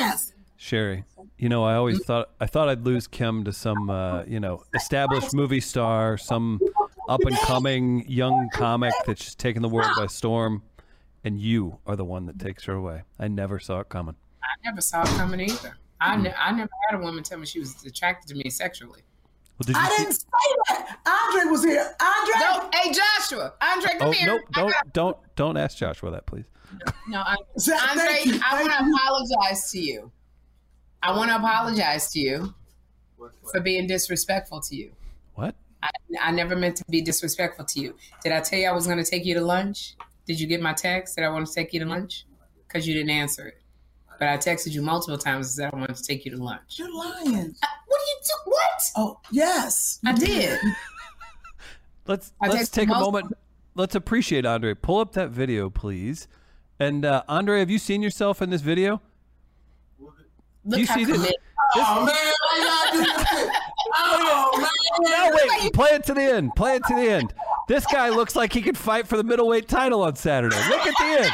podcast.
Sherry, you know, I always thought I thought I'd lose Kim to some, uh, you know, established movie star, some up and coming young comic that's just taking the world by storm, and you are the one that takes her away. I never saw it coming.
I never saw it coming either. I, ne- I never had a woman tell me she was attracted to me sexually.
Well, did you
I
see-
didn't say that. Andre was here. Andre.
No, hey Joshua, Andre, come
Oh
here.
no!
I
Don't
got-
don't don't ask Joshua that, please.
No, I,
Zach, thank
Andre,
you,
I
thank
want to apologize to you. I want to apologize to you for being disrespectful to you.
What?
I, I never meant to be disrespectful to you. Did I tell you I was going to take you to lunch? Did you get my text that I want to take you to lunch? Because you didn't answer it. But I texted you multiple times and said I wanted to take you to lunch.
You're lying.
Uh, What do you do? What?
Oh yes,
I did.
Let's
I
let's
texted
take a
most-
moment. Let's appreciate Andre. Pull up that video, please. And uh, Andre, have you seen yourself in this video?
Look
you
how
see this?
committed.
Oh man, why y'all do this? shit? Oh man,
No, wait. Play it to the end. Play it to the end. This guy looks like he could fight for the middleweight title on Saturday. Look at the end.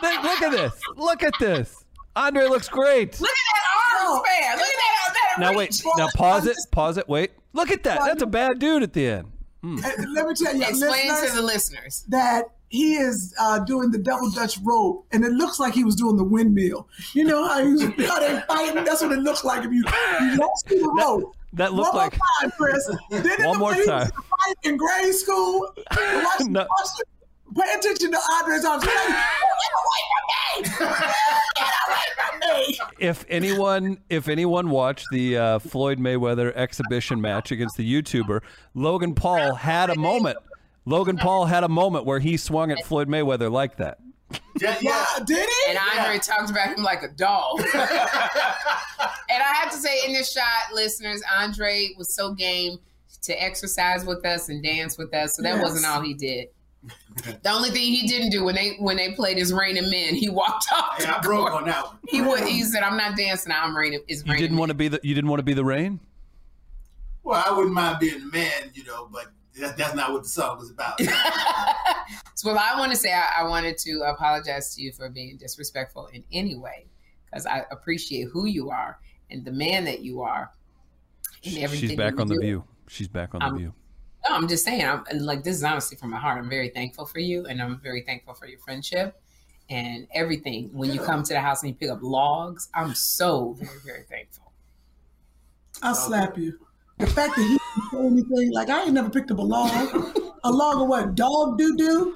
Th- Look at this. Look at this. Andre looks great.
Look at that arm span. Look at that. that
Now
reach.
wait. Now pause it. Pause it. Wait. Look at that. That's a bad dude at the end.
And let me tell you,
Explain
listeners,
to the listeners.
that he is uh, doing the double Dutch rope, and it looks like he was doing the windmill. You know how, you, how they fighting? That's what it looks like if you, you don't see the rope.
that looked
One more
like-
time, Chris. Then in
One
the
more
way he was
time.
fighting in grade school. Watch,
No.
watch, pay attention to Andre's arms. He's like, Get away from me! Get away from me!
if anyone if anyone watched the uh, Floyd Mayweather exhibition match against the YouTuber, Logan Paul had a moment. Logan Paul had a moment where he swung at Floyd Mayweather like that.
yeah, yeah.
Uh, did he?
And Andre talked about him like a dog. and I have to say, in this shot, listeners, Andre was so game to exercise with us and dance with us. So that
Yes.
wasn't all he did. The only thing he didn't do when they when they played his Rain of Men, he walked off.
Hey, I broke on that one.
He would he said, "I'm not dancing. I'm Rain of is
You
Rain."
didn't
of
want to be the you didn't want to be the rain.
Well, I wouldn't mind being a man, you know, but that, that's not what the song was about.
So, well, I want to say I, I wanted to apologize to you for being disrespectful in any way because I appreciate who you are and the man that you are. And everything
She's back
you
on the
do.
view. She's back on the
Um,
view.
No, I'm just saying. I'm and, like this is honestly from my heart. I'm very thankful for you, and I'm very thankful for your friendship and everything. When you come to the house and you pick up logs, I'm so very very thankful.
I'll slap you. The fact that he didn't say anything, like I ain't never picked up a log. A log of what? Dog doo doo?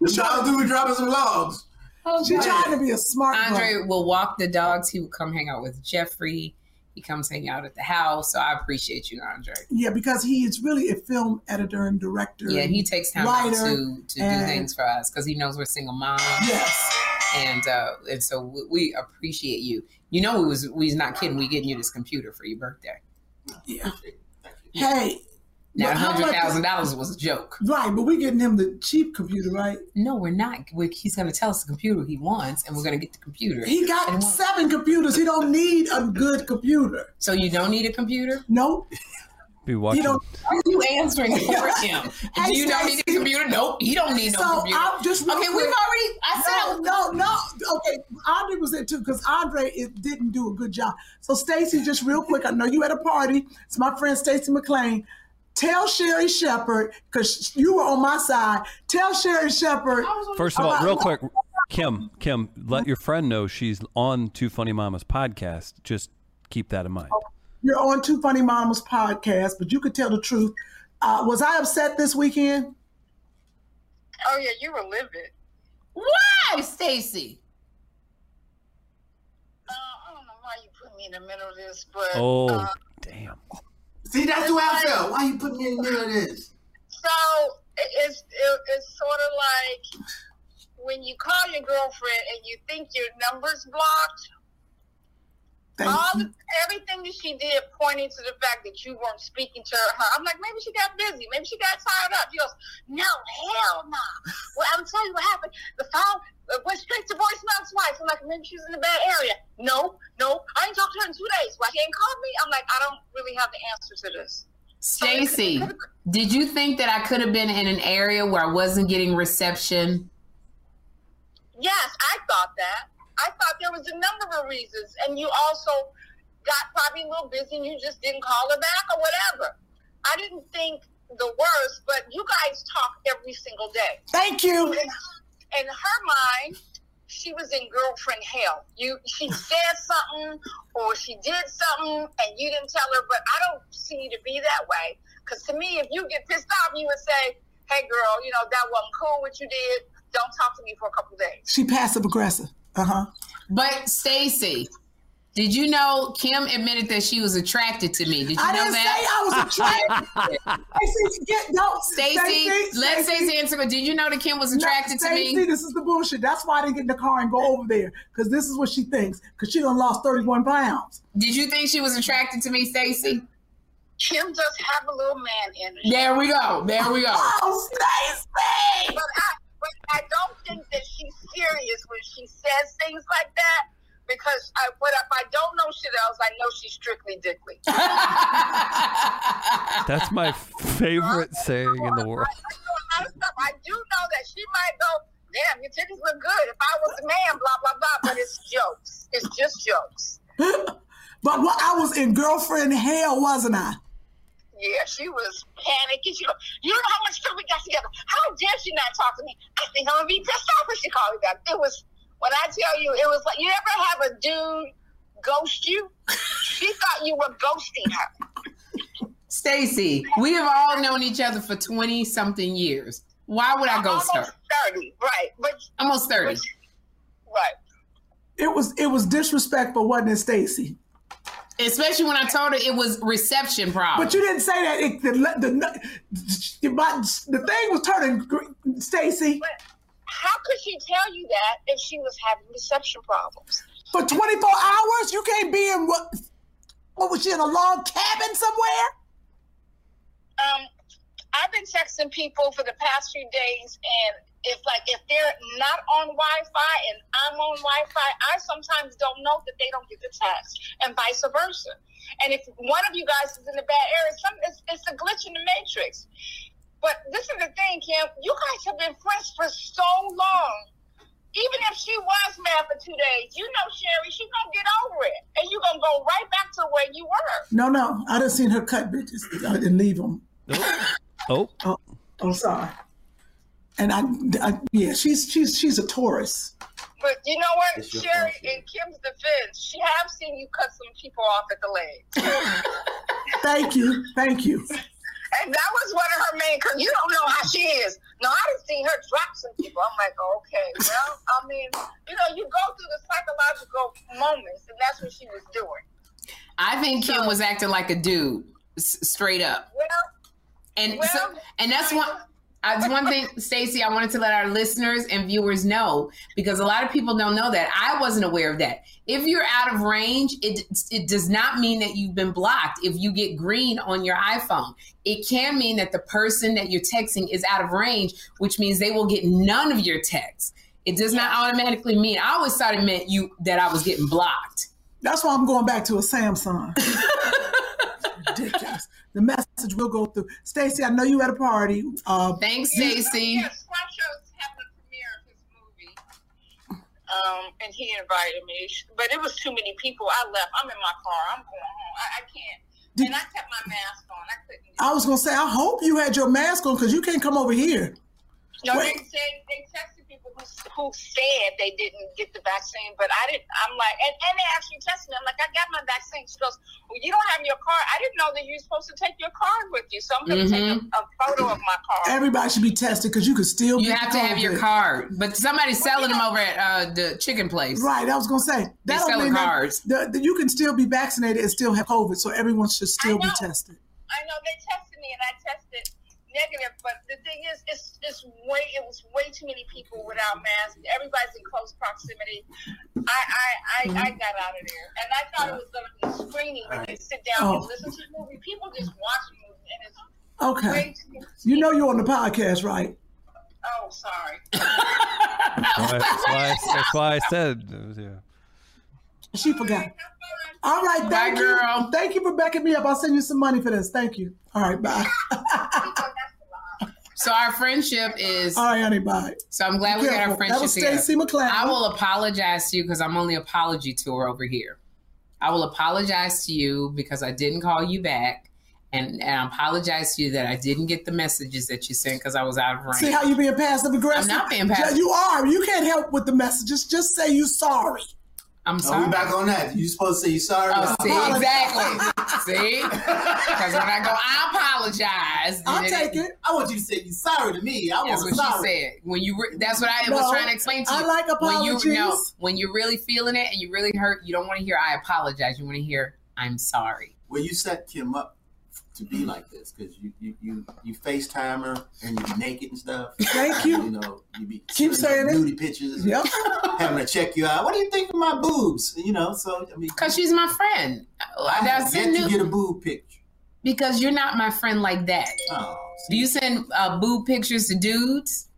The dogs do be dropping some logs.
Oh,
She trying to be a smart
Andre
butt.
will walk the dogs. He will come hang out with Jeffrey. He comes hang out at the house. So I appreciate you, Andre.
Yeah, because he is really a film editor and director.
Yeah, he takes time out
writer,
to to do
and-
things for us because he knows we're single moms,
Yes.
and uh, and so we, we appreciate you. You know, we was we was not kidding. We getting you this computer for your birthday.
Yeah. Hey.
Now,
but how
hundred
much-
thousand dollars was a joke.
Right, but we getting him the cheap computer, right?
No, we're not. we he's going to tell us the computer he wants, and we're going to get the computer.
He
And
got
we'll-
seven computers. He don't need a good computer.
so you don't need a computer.
No,
Be watching.
Why are you answering for him? Do you not need a computer? Nope, he don't need no
so
computer.
I'm just real
okay,
quick-
we've already. I said I was-
no, no, no. Okay, Andre was there too because Andre it didn't do a good job. So Stacy, just real quick, I know you at a party. It's my friend Stacy McLean. Tell Sherry Shepard because you were on my side. Tell Sherry Shepard.
First of all,
uh,
about-
real quick, Kim, Kim, let your friend know she's on Two Funny Mamas podcast. Just keep that in mind.
You're on Two Funny Mamas podcast, but you could tell the truth. Uh, was I upset this weekend?
Oh yeah, you were livid.
Why, Stacy?
Uh,
Oh,
Uh,
damn.
See, that's who I felt. Why you put me in the middle of this?
So it- it's it, it's sort of like when you call your girlfriend and you think your number's blocked.
Thank
all the, everything that she did pointing to the fact that you weren't speaking to her. I'm like, maybe she got busy. Maybe she got tired up. She goes, no, hell no. Well, I'm telling you what happened. The phone uh, went straight to voicemail twice. I'm like, maybe she's in a bad area. No, no, I ain't talked to her in two days. Why she ain't called me? I'm like, I don't really have the answer to this.
Stacy, did you think that I could have been in an area where I wasn't getting reception?
Yes, I thought that. I thought there was a number of reasons, and you also got probably a little busy, and you just didn't call her back or whatever. I didn't think the worst, but you guys talk every single day.
Thank you.
In, in her mind, she was in girlfriend hell. You, she said something or she did something, and you didn't tell her. But I don't see you to be that way. Because to me, if you get pissed off, you would say, "Hey, girl, you know that wasn't cool what you did. Don't talk to me for a couple days."
She passive aggressive. Uh huh.
But Stacy, did you know Kim admitted that she was attracted to me? Did you
I
know
didn't
that?
say I was attracted. Stacey, get- no,
Stacy, let Stacy answer. But did you know that Kim was attracted to me?
See, this is the bullshit. That's why I didn't get in the car and go over there because this is what she thinks. Because she done lost thirty one pounds.
Did you think she was attracted to me, Stacy?
Kim does have a little man in her.
There we go. There we go.
Oh, Stacey!
But I, but I don't think that she's serious when she says things like that because I, what if I don't know shit else, I know she's strictly dickly.
That's my favorite saying in the world.
I know a lot of stuff. I do know that she might go, damn, your titties look good. If I was a man, blah blah blah. But it's jokes. It's just jokes.
But what I was in girlfriend hell, wasn't I?
Yeah, she was panicking. She go, you don't know how much stuff we got together. How dare she not talk to me? I think I'm gonna be pissed off when she called me back. It was when I tell you, it was like you ever have a dude ghost you? she thought you were ghosting her.
Stacy, we have all known each other for 20 something years. Why would I ghost her?
Almost thirty, right? But
Almost 30.
right.
It was it was disrespectful, wasn't it, Stacy?
Especially when I told her it was reception problem.
But you didn't say that. It, the, the, the, my- the thing was turning gr- Stacy
How could she tell you that if she was having reception problems?
for 24 hours. You can't be in what? What was she in a log cabin somewhere?
um, I've been texting people for the past few days, and if like if they're not on Wi-Fi and I'm on Wi-Fi, I sometimes don't know that they don't get the text, and vice versa. And if one of you guys is in the bad area, some it's, it's a glitch in the matrix. But this is the thing, Kim. You guys have been friends for so long. Even if she was mad for two days, you know, Sherry, she's gonna get over it, and you're gonna go right back to where you were.
No, no, I done seen her cut bitches and leave them.
Oh,
oh, I'm sorry. And I, I, yeah, she's she's she's a Taurus.
But you know what,
It's your
Sherry, in Kim's defense, she have seen you cut some people off at the leg,
Thank you, thank you.
and that was one of her main. Cause you don't know how she is. No, I done seen her drop some people. I'm like, okay, well, I mean, you know, you go through the psychological moments, and that's what she was doing.
I think Kim was acting like a dude, s- straight up.
Well,
And
well,
so, and that's one. That's one thing, Stacey. I wanted to let our listeners and viewers know because a lot of people don't know that. I wasn't aware of that. If you're out of range, it it does not mean that you've been blocked. If you get green on your iPhone, it can mean that the person that you're texting is out of range, which means they will get none of your texts. It does not automatically mean. I always thought it meant you that I was getting blocked.
That's why I'm going back to a Samsung. Ridiculous. the message will go through. Stacy, I know you at a party. Uh,
Thanks,
you-
Stacy.
um, and he invited me. But it was too many people. I left. I'm in my car. I'm going home. I, I can't. and I kept my mask on. I couldn't.
I was gonna say, I hope you had your mask on because you can't come over here.
No,
Wait.
they said they tested people who, who said they didn't get the vaccine, but I didn't. I'm like, and, and they actually tested me. I'm like, I got my vaccine. She goes, Well, you don't have your card. I didn't know that you're supposed to take your card with you, so I'm going to
Mhm.
Mm-hmm.
take a, a photo of my card.
Everybody should be tested because you could still.
You
get
have to have your
COVID.
card, but somebody's selling them over at uh, the chicken place.
Right, I was gonna say
They
don't
selling
mean that-
cards.
the- the- you can still be vaccinated and still have COVID, so everyone should still be tested.
I know they tested me, and I tested negative. But the thing is, it's it's way it was way too many people without masks. Everybody's in close proximity. I I I,
Mm-hmm.
I got out of there, and I thought it was going to be screening when you sit down and
Oh.
listen to a movie. People just watch a movie, and it's
Okay,
way too.
you know you're on the podcast, right?
Oh, sorry.
That's why, that's why, that's why I said, it was, yeah.
She forgot. All right, thank you, thank you for backing me up. I'll send you some money for this. Thank you. All right, bye.
So our friendship is.
Uh,
All right, honey, bye.
So I'm glad we got our
Careful. That
friendship
was
together.
Stacey McLeod.
I will apologize to you because I'm only apology tour over here. I will apologize to you because I didn't call you back, and, and I apologize to you that I didn't get the messages that you sent because I was out of range.
See how you being passive aggressive?
I'm not being
Yeah,
passive.
You are. You can't help with the messages. Just say you sorry.
I'm
Are Oh, we back on that? You supposed to say sorry?
Oh,
about-
see, exactly. see? Because when I go, I apologize.
I'll
then
take it. I want you to say you sorry to me. I
That's
want
what
sorry.
she said. When you, re- that's what I was
No,
trying to explain to you.
I like
When you, no,
apologies.
when you're really feeling it and you really hurt, you don't want to hear "I apologize." You want to hear "I'm sorry."
Well, you set Kim up to be like this because you you you you FaceTime her and you're naked and stuff.
Thank you.
You know, you be
Keep saying it.
nudie pictures.
Yep.
Having to check you out. What do you think of my boobs? You know, so I mean,
because she's my friend.
I
That's the
get to
new-
get a boob picture. Oh,
Because you're not my friend like that. Do you send uh, boob pictures to dudes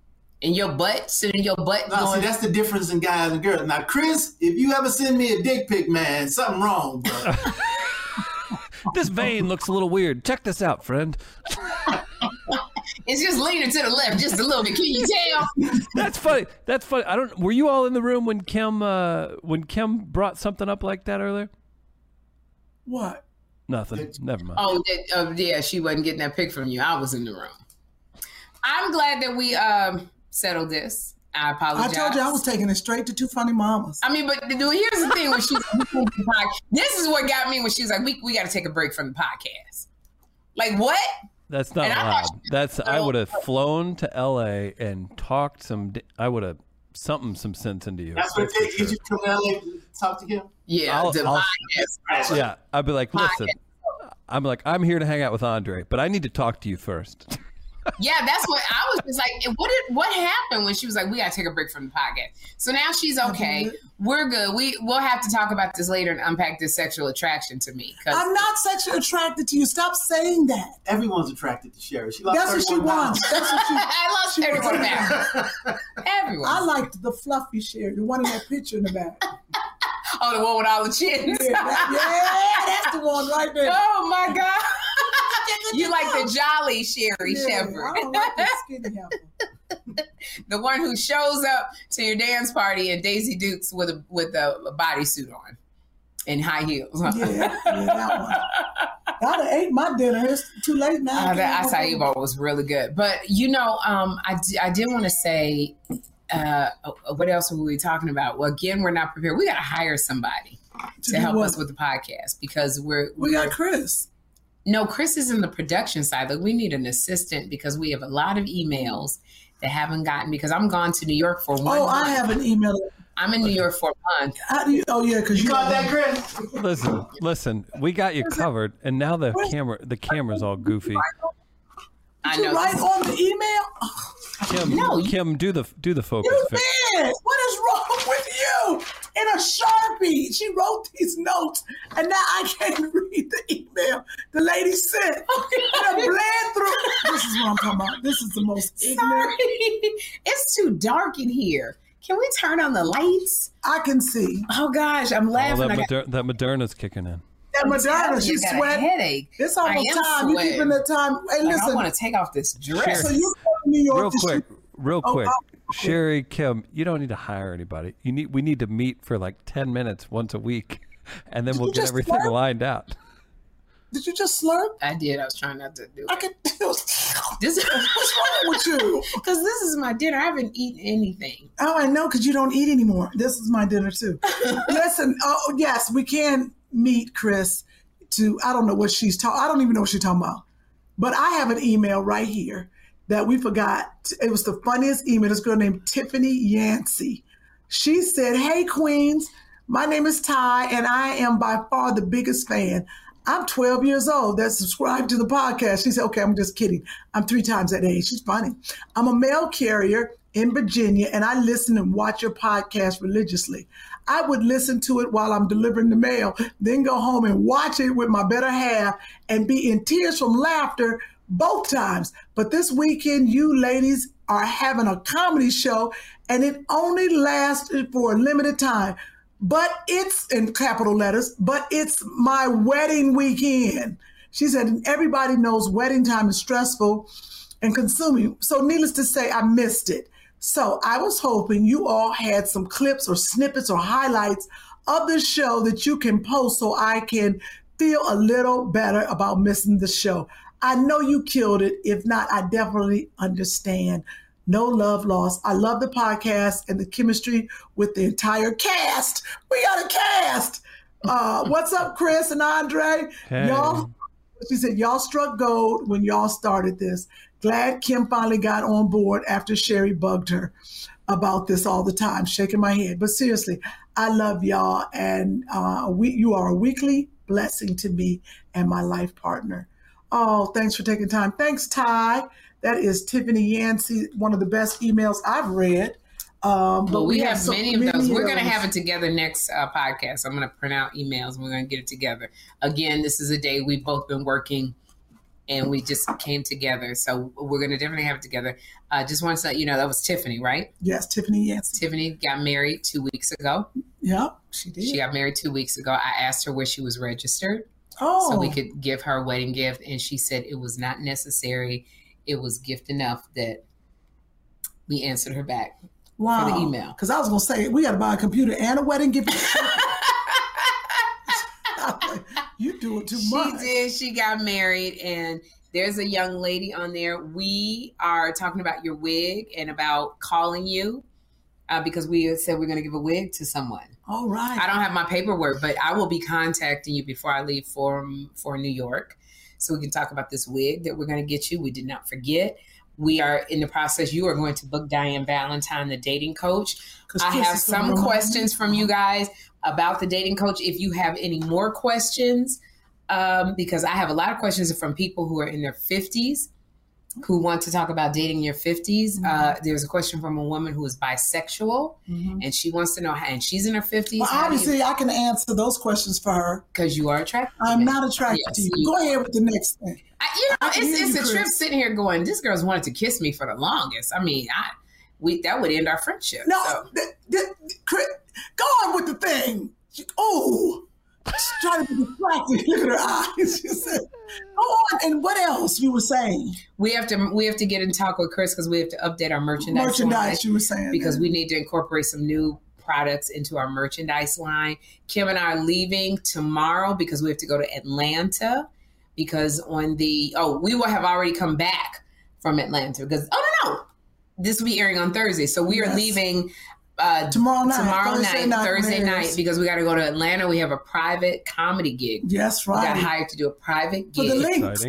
and your butt? Sending your butt
No, Oh, see,
going.
that's the difference in guys and girls. Now, Chris, if you ever send me a dick pic, man, something wrong, bro.
This vein looks a little weird. Check this out, friend.
it's just leaning to the left just a little bit. Can you tell?
That's funny. That's funny. I don't. Were you all in the room when Kim uh, when Kim brought something up like that earlier?
What?
Nothing. Never mind.
Oh, that, uh, yeah, she wasn't getting that pic from you. I was in the room. I'm glad that we um, settled this. I
I
apologize.
told you I was taking it straight to two funny mamas.
I mean, but the- here's the thing: when she's this is what got me when she's like, "We we got to take a break from the podcast." Like what?
That's not
And I'm
allowed. That's I would have flown to L.A. and talked some. di- I would have something some sense into you.
That's what
for
it takes.
sure.
You come down like, talk to him.
Yeah,
I'll-
the
I'll-
podcast.
Yeah, I'd be like, listen.
Podcast.
I'm like, I'm here to hang out with Andre, but I need to talk to you first.
Yeah, that's what I was just like. What did what happened when she was like, "We gotta take a break from the podcast"? So now she's okay. We're good. We we'll have to talk about this later and unpack this sexual attraction to me. 'cause-
I'm not sexually attracted to you. Stop saying that.
Everyone's attracted to Sherry. She lost
That's what she
31
wants.
pounds.
That's what she.
I lost
she
everyone back. Everyone.
I liked the fluffy Sherry, the one in that picture in the back.
Oh, the one with all the chins.
Yeah, that- yeah, that's the one right there.
Oh my god. you like the jolly Sherry
Yeah,
Shepherd.
I don't like that skinny heifer.
the one who shows up to your dance party and Daisy Dukes with a with a bodysuit on and high heels.
Yeah, yeah, that one. I done ate my dinner. It's too late now.
Uh, that acai bowl was really good. But you know, um, I, d- I did want to say, uh, uh, what else were we talking about? Well, again, we're not prepared. We got to hire somebody to,
do
help
what?
us with the podcast because we're
We got Chris.
no, Chris is in the production side. Like we need an assistant because we have a lot of emails that haven't gotten because I'm gone to New York for one.
Oh,
month.
I have an email.
I'm in New York for a month.
How do you, oh yeah, because you,
Caught that, Chris?
Listen, listen, we got you covered, and now the camera, the camera's all goofy.
I
you
know.
write on the email.
Kim, Kim, do the do the focus.
You
fi-
did. What is wrong with you? In a sharpie, she wrote these notes, and now I can't read the email the lady sent. And I bled through. This is what I'm talking about. This is the most
Sorry,
ignorant.
it's too dark in here. Can we turn on the lights?
I can see.
Oh gosh, I'm
All
laughing.
that,
I got-
moder- that Moderna's kicking in.
at
I'm telling
Moderna.
you,
She
I got a
sweat.
headache.
It's
I
almost
am
time. You
sweating.
keeping that time. Hey,
Like, I
listen.
wanna take off this dress.
So you go to New York
real
to
quick, real
Oh,
quick.
oh,
Sherry Kim, you don't need to hire anybody. You need we need to meet for like ten minutes once a week, and then
Did
we'll
you
get
just
everything
slurp?
lined out.
Did you just slurp?
I did. I was trying not to do.
I could.
This is
what's wrong with you?
Because this is my dinner. I haven't eaten anything.
Oh, I know, because you don't eat anymore. This is my dinner too. Listen, oh yes, we can meet Chris. To I don't know what she's talking. I don't even know what she's talking about. But I have an email right here that we forgot. It was the funniest email. This girl named Tiffany Yancey. She said, "Hey Queens, my name is Ty, and I am by far the biggest fan. I'm 12 years old that subscribed to the podcast. She said, okay, I'm just kidding. I'm three times that age. She's funny. I'm a mail carrier in Virginia, and I listen and watch your podcast religiously. I would listen to it while I'm delivering the mail, then go home and watch it with my better half and be in tears from laughter both times. But this weekend, you ladies are having a comedy show, and it only lasted for a limited time but it's in capital letters, but it's my wedding weekend. She said, and everybody knows wedding time is stressful and consuming. So, needless to say, I missed it. So, I was hoping you all had some clips or snippets or highlights of the show that you can post so I can feel a little better about missing the show. I know you killed it. If not, I definitely understand. No love lost. I love the podcast and the chemistry with the entire cast. We got a cast. Uh, what's up, Chris and Andre?
Hey.
Y'all, she said, y'all struck gold when y'all started this. Glad Kim finally got on board after Sherry bugged her about this all the time, shaking my head. But seriously, I love y'all, and uh, we, you are a weekly blessing to me and my life partner. Oh, thanks for taking time. Thanks, Ty. That is Tiffany Yancey, one of the best emails I've read. Um,
But we, have,
so
many of those. We're going to
of
have
them.
it together next uh, podcast. I'm going to print out emails and we're going to get it together. Again, this is a day we've both been working and we just came together. So we're going to definitely have it together. Uh, just want to let you know that was Tiffany, right?
Yes, Tiffany Yancey.
Tiffany got married two weeks ago.
Yep, she did.
She got married two weeks ago. I asked her where she was registered
oh,
so we could give her a wedding gift. And she said it was not necessary. It was gift enough that we answered her back.
wow.
for the email.
Because I was going to say, we got to buy a computer and a wedding gift. you doing too
She
much.
did. She got married, and there's a young lady on there. We are talking about your wig and about calling you uh, because we said we're going to give a wig to someone.
All right.
I don't have my paperwork, but I will be contacting you before I leave for um, for New York, so we can talk about this wig that we're going to get you. We did not forget. We are in the process. You are going to book Diane Valentine, the dating coach.
'Cause
I
Chris
have
is gonna
some
remind me.
questions from you guys about the dating coach. If you have any more questions, um, because I have a lot of questions from people who are in their 50s who want to talk about dating in your 50s.
Mm-hmm.
Uh, there's a question from a woman who is bisexual and she wants to know how, and she's in her 50s.
Mm-hmm. Well, obviously, I can answer those questions for her.
Because you are attracted. to
I'm
men.
not attracted
Yes,
to you.
you
Go ahead with the next thing.
I, you know,
I can
it's,
hear
it's
you,
a trip
Chris.
sitting here going, this girl's wanted to kiss me for the longest. I mean, I we that would end our friendship.
No,
So,
th- th- Chris, go on with the thing. She- Oh, she's trying to be distracted. Look at her eyes. She said, "Go on." And what else you were saying?
we have to we have to get in talk with Chris because we have to update our merchandise. line
Merchandise. You were saying
because we need to incorporate some new products into our merchandise line. Kim and I are leaving tomorrow because we have to go to Atlanta because on the oh, we will have already come back from Atlanta because oh no no. This will be airing on Thursday. So we are
Yes.
leaving uh,
tomorrow night,
tomorrow
Thursday
night,
night,
Thursday
Mary's.
night, because we got to go to Atlanta. We have a private comedy gig.
Yes,
We got
right.
hired to do a private
For
gig
the links.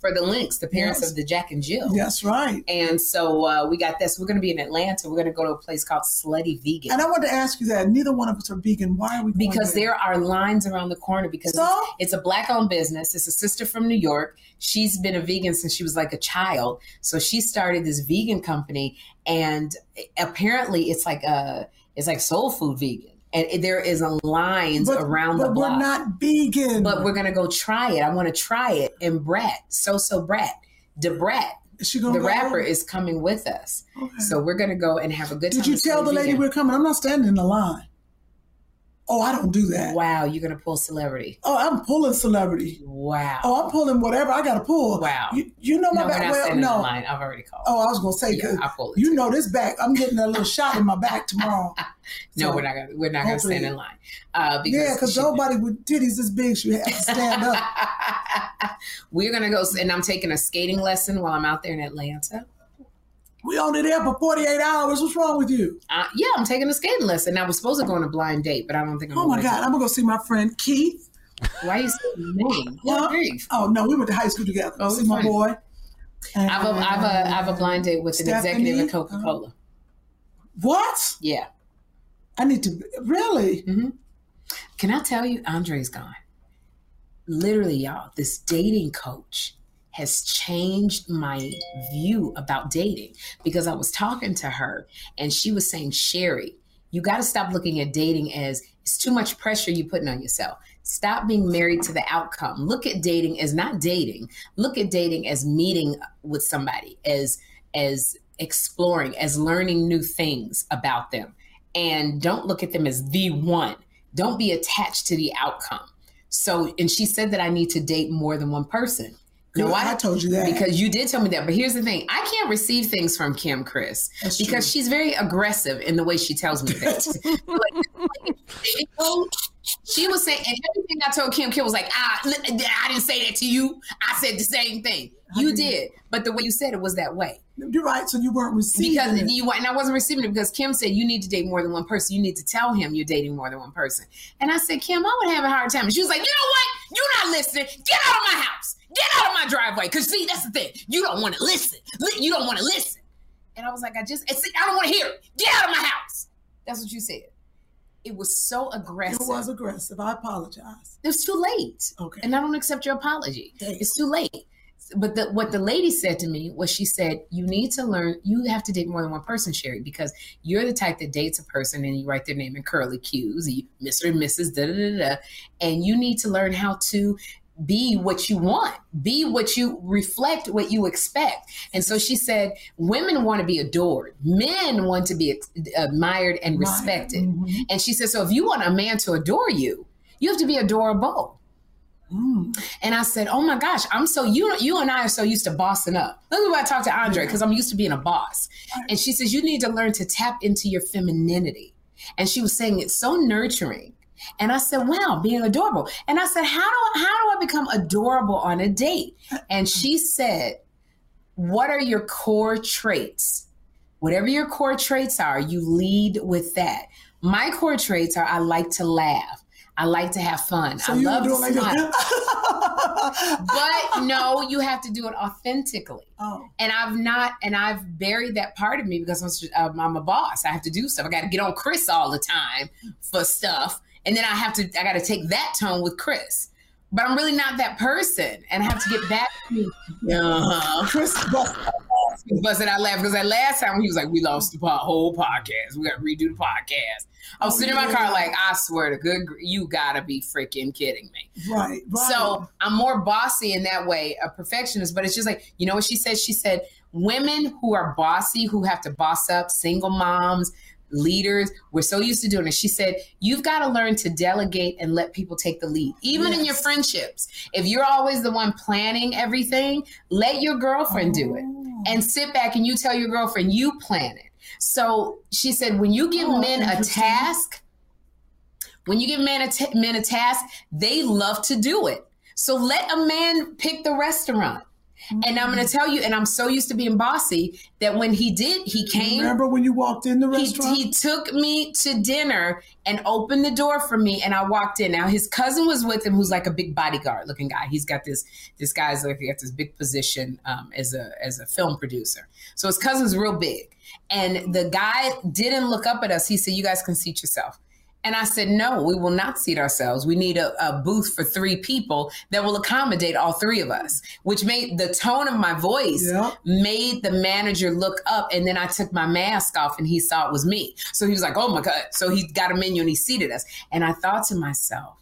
for the links, the parents
Yes.
of the Jack and Jill.
Yes, right.
And so uh, we got this. We're going to be in Atlanta. We're going to go to a place called Slutty Vegan.
And I wanted to ask you that. Neither one of us are vegan. Why are we? going
because there are lines around the corner because
So?
it's- it's a black owned business. It's a sister from New York. She's been a vegan since she was like a child. So she started this vegan company and apparently it's like a it's like soul food vegan. And it- there is a lines
But-
around the
but
block.
we're not vegan.
but we're gonna go try it. I wanna try it. And Brat, so so Brat, the Brat,
Is she gonna
the
go?
rapper is coming with us.
Okay.
So we're gonna go and have a good time.
Did you
and
tell
stay
the lady
vegan.
we're coming? I'm not standing in the line. Oh, I don't do that.
Wow, you're gonna pull celebrity.
Oh, I'm pulling celebrity.
Wow.
Oh, I'm pulling whatever I gotta pull.
Wow.
You, you know my
No, we're
back.
not
Well,
sending
no.
the line. I've already called.
Oh, I was gonna say,
Yeah,
'cause
I pull
you know this back. I'm getting a little shot in my back tomorrow.
No,
So,
we're not gonna we're not gonna stand
hopefully-
in line. Uh, because
yeah, because nobody with titties this big should have to stand up.
we're gonna go, and I'm taking a skating lesson while I'm out there in Atlanta.
We only there for 48 hours. What's wrong with you?
Uh, yeah, I'm taking a skating lesson. I was supposed to go on a blind date, but I don't think I'm.
Oh my God, I'm gonna go see my friend Keith.
Why you say name?
Huh? Oh no, we went to high school together.
Oh,
see my
funny.
boy.
I've a, I've uh, a I've a blind date with an executive at Coca
Uh-huh.
Cola.
What?
Yeah.
I need to really.
hmm Can I tell you, Andre's gone. Literally, y'all, this dating coach has changed my view about dating because I was talking to her and she was saying, Sherry, you got to stop looking at dating as it's too much pressure you're putting on yourself. Stop being married to the outcome. Look at dating as not dating. Look at dating as meeting with somebody, as as exploring, as learning new things about them. And don't look at them as the one. Don't be attached to the outcome. So, and she said that I need to date more than one person.
Good, I told you that.
because you did tell me that. But here's the thing: I can't receive things from Kim Chris
That's
because
true.
she's very aggressive in the way she tells me things. she was saying, and everything I told Kim, Kim was like, ah, li- I didn't say that to you. I said the same thing. You did, but the way you said it was that way
You're right. So you weren't receiving
because
it.
you and I wasn't receiving it because Kim said you need to date more than one person. You need to tell him you're dating more than one person. And I said, Kim, I would have a hard time. And she was like, you know what? You're not listening. Get out of my house. Get out of my driveway. Cause see, that's the thing. You don't want to listen. Li- You don't want to listen. And I was like, I just, and see, I don't want to hear it. Get out of my house. That's what you said. It was so aggressive.
It was aggressive. I apologize.
It's too late.
Okay.
And I don't accept your apology.
Dang.
It's too late. But the, what the lady said to me was she said, You need to learn, you have to date more than one person, Sherry, because you're the type that dates a person and you write their name in curly cues, and you, Mr. and Mrs. Da, da da da. And you need to learn how to be what you want, be what you reflect, what you expect. And so she said, Women want to be adored, men want to be ex- admired and respected.
Mm-hmm.
And she said, So if you want a man to adore you, you have to be adorable.
Mm-hmm.
And I said, "Oh my gosh, I'm so you you and I are so used to bossing up. Look at what I talked to Andre because I'm used to being a boss." And she says, "You need to learn to tap into your femininity." And she was saying it's so nurturing. And I said, "Wow, being adorable." And I said, "How do I, how do I become adorable on a date?" And she said, "What are your core traits?" whatever your core traits are, you lead with that. My core traits are I like to laugh. I like to have fun.
So
I
you
love
were
to
doing like
smile.
this.
but no, you have to do it authentically.
oh,
And I've not, and I've buried that part of me because I'm, s- um, I'm a boss. I have to do stuff. I got to get on Chris all the time for stuff, and then I have to, I got to take that tone with Chris. But I'm really not that person, and I have to get back to. Uh-huh.
Chris Buster.
Busted out laughing because that last time he was like, "We lost the po- whole podcast. We got to redo the podcast." I was
Oh,
sitting in my
yeah.
car like, "I swear to good, gr- you gotta be freaking kidding me."
Right, right.
So I'm more bossy in that way, a perfectionist. But it's just like, you know what she said? She said, women who are bossy, who have to boss up, single moms, leaders, we're so used to doing it. She said, you've got to learn to delegate and let people take the lead, even in your friendships. If you're always the one planning everything, let your girlfriend do it
Oh.
and sit back and you tell your girlfriend, you plan it. So she said, when you give
Oh,
men a
interesting.
task, when you give men a, t- men a task, they love to do it. So let a man pick the restaurant. And I'm going
Mm.
to tell you, and I'm so used to being bossy that when he did, he came,
remember when you walked in the
he,
restaurant?
he took me to dinner and opened the door for me. And I walked in. Now his cousin was with him, who's like a big bodyguard looking guy. He's got this, this guy's like, he got this big position um, as a, as a film producer. So his cousin's real big. And the guy didn't look up at us. He said, you guys can seat yourself. And I said, no, we will not seat ourselves. We need a, a booth for three people that will accommodate all three of us, which made the tone of my voice
Yep.
made the manager look up. And then I took my mask off and he saw it was me. So he was like, oh my God. So he got a menu and he seated us. And I thought to myself,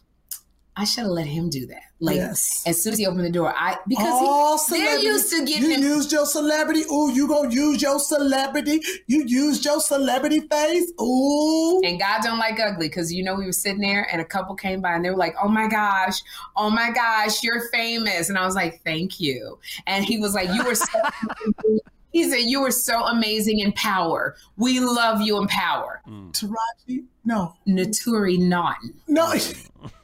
I should have let him do that. Like
Yes.
as soon as he opened the door, I because
All
he, they're
celebrity-
used to
you
getting him
used your celebrity. Ooh, you gonna use your celebrity? You used your celebrity face. Ooh,
and God don't like ugly because you know we were sitting there and a couple came by and they were like, "Oh my gosh, oh my gosh, you're famous," and I was like, "Thank you," and he was like, "You were so." amazing." He said, "You were so amazing in power. We love you in power."
Taraji, no,
Naturi Naughton.
No,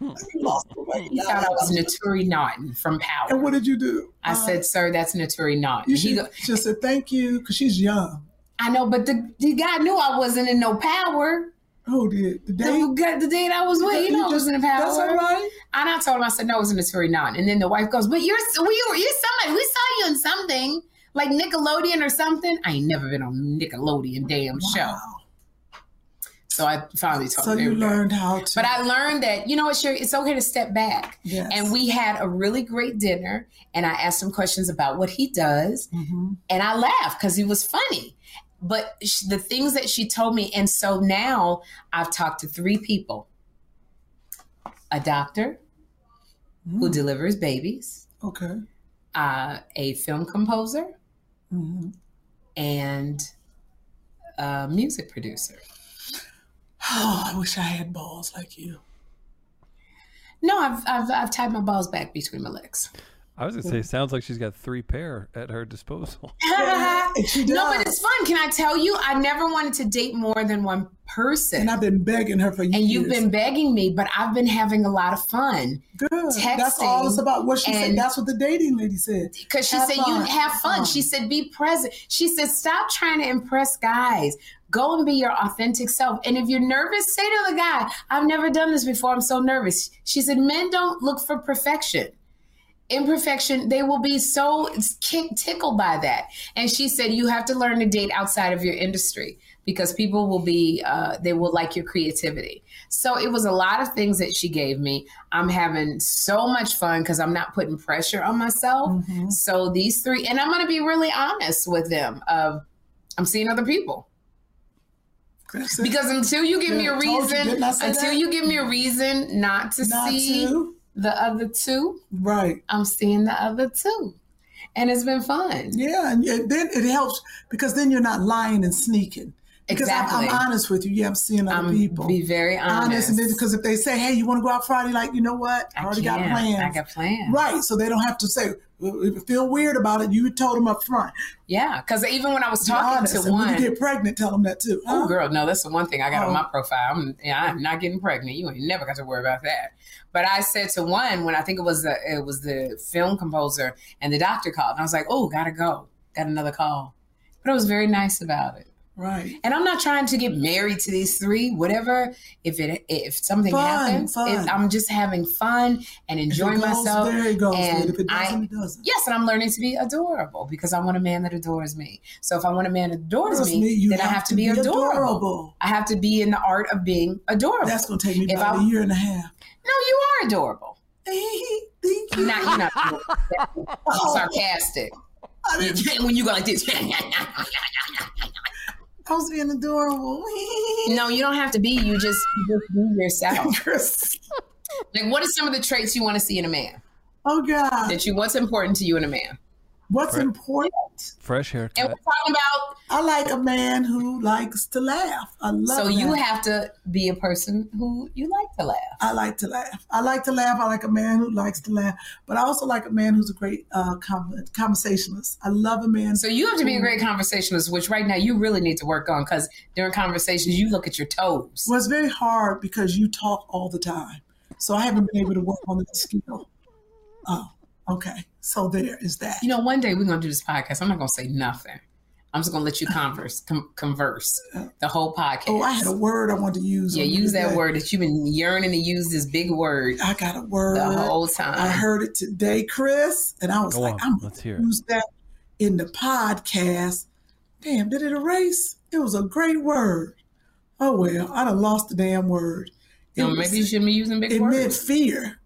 He thought I was Naturi Naughton from Power.
And what did you do? Uh,
I said, "Sir, that's Naturi Naughton."
you
He
should
go-
just said thank you because she's young.
I know, but the, the guy knew I wasn't in no power.
Who Oh, did the date?
The, guy- the date I was with,
You
you know, I
just-
was in the power.
that's all right.
And I told him, I said, no, it was in the Tory Nine. And then the wife goes, but you're we were you're somebody. We saw you in something like Nickelodeon or something. I ain't never been on Nickelodeon damn show. So I finally told
So
him.
you learned how to.
But I learned that, you know what, Sherry, it's okay to step back.
Yes.
And we had a really great dinner, and I asked him questions about what he does,
Mm-hmm.
and I laughed because he was funny. But sh- the things that she told me, and so now I've talked to three people a doctor who delivers babies,
Okay.
uh, a film composer,
Mm-hmm.
and a music producer.
Oh, I wish I had balls like you.
No, I've, I've, I've tied my balls back between my legs.
I was gonna say, sounds like she's got three pair at her disposal.
No, but it's fun. Can I tell you? I never wanted to date more than one person.
And I've been begging her for years.
And you've been begging me, but I've been having a lot of fun.
Good. That's all it's about. What she said.
and-
That's what the dating lady said.
Because she
Have
said, you have fun. She said, be present. She said, stop trying to impress guys. Go and be your authentic self. And if you're nervous, say to the guy, I've never done this before. I'm so nervous. She said, men don't look for perfection. Imperfection, they will be so kick, tickled by that. And she said, you have to learn to date outside of your industry because people will be, uh, they will like your creativity. So it was a lot of things that she gave me. I'm having so much fun because I'm not putting pressure on myself.
Mm-hmm.
So these three, and I'm going to be really honest with them. Of I'm seeing other people because until you give me
Yeah,
a
I told you,
reason,
didn't I say
until
that?
you give me a reason not to
Not
see
to.
the other two,
right?
I'm seeing the other two, and it's been fun.
Yeah, and it- then it helps because then you're not lying and sneaking. Because I'm-
Exactly.
I'm, honest with you. Yeah, I'm seeing other
I'm
people.
be very honest.
and then because if they say, "Hey, you want to go out Friday?" Like, you know what? I,
I
already got
can't.
plans.
I got plans.
Right, so they don't have to say "Uh, feel weird about it. You told them up front.
Yeah, because even when I was
Be
talking
honest.
to
And
one,
when you get pregnant, tell them that too.
Oh,
huh?
girl, no, that's the one thing I got
Oh.
on my profile. I'm, yeah, I'm not getting pregnant. You ain't never got to worry about that. But I said to one when I think it was the it was the film composer and the doctor called, and I was like, oh, gotta go, got another call. But I was very nice about it.
Right.
And I'm not trying to get married to these three. Whatever, if it if something
Fun,
happens,
fun.
if I'm just having fun and
If it
enjoying
goes,
myself.
There it goes.
and
good. If it doesn't,
I-
it doesn't.
Yes, and I'm learning to be adorable because I want a man that adores me. So if I want a man that adores
Trust
me,
me, you
then I have to be, adorable.
adorable.
I have to be in the art of being adorable.
That's gonna take me
If
about a
I-
year and a half.
No, you are adorable.
Thank you. Oh,
Not you're not adorable. sarcastic.
I didn't-
when you go like this.
I was being adorable.
no, you don't have to be. You just, you just be yourself.
Chris.
Like, what are some of the traits you want to see in a man?
Oh God.
That you, what's important to you in a man?
What's
Right.
important?
Fresh
And
haircut.
we're talking about
I like a man who likes to laugh. I love
so you
that.
have to be a person who you like to laugh.
I like to laugh. I like to laugh. I like a man who likes to laugh, but I also like a man who's a great uh, con- conversationalist. I love a man.
So you have to be a great conversationalist, which right now you really need to work on because during conversations you look at your toes.
Well, it's very hard because you talk all the time. So I haven't been able to work on that skill. Oh, okay. So there is that.
You know, one day we're gonna do this podcast. I'm not gonna say nothing. I'm just gonna let you converse, com- converse the whole podcast.
Oh, I had a word I wanted to use.
yeah,
on
use that
today.
word that you've been yearning to use. This big word
I got a word.
the whole time.
I heard it today, Chris, and I was
Go
like,
on.
I'm
Let's hear it.
use that in the podcast. Damn, did it erase? It was a great word. Oh well, I done lost the damn word. It,
You know,
was-
maybe you shouldn't be using big
it
words.
meant fear.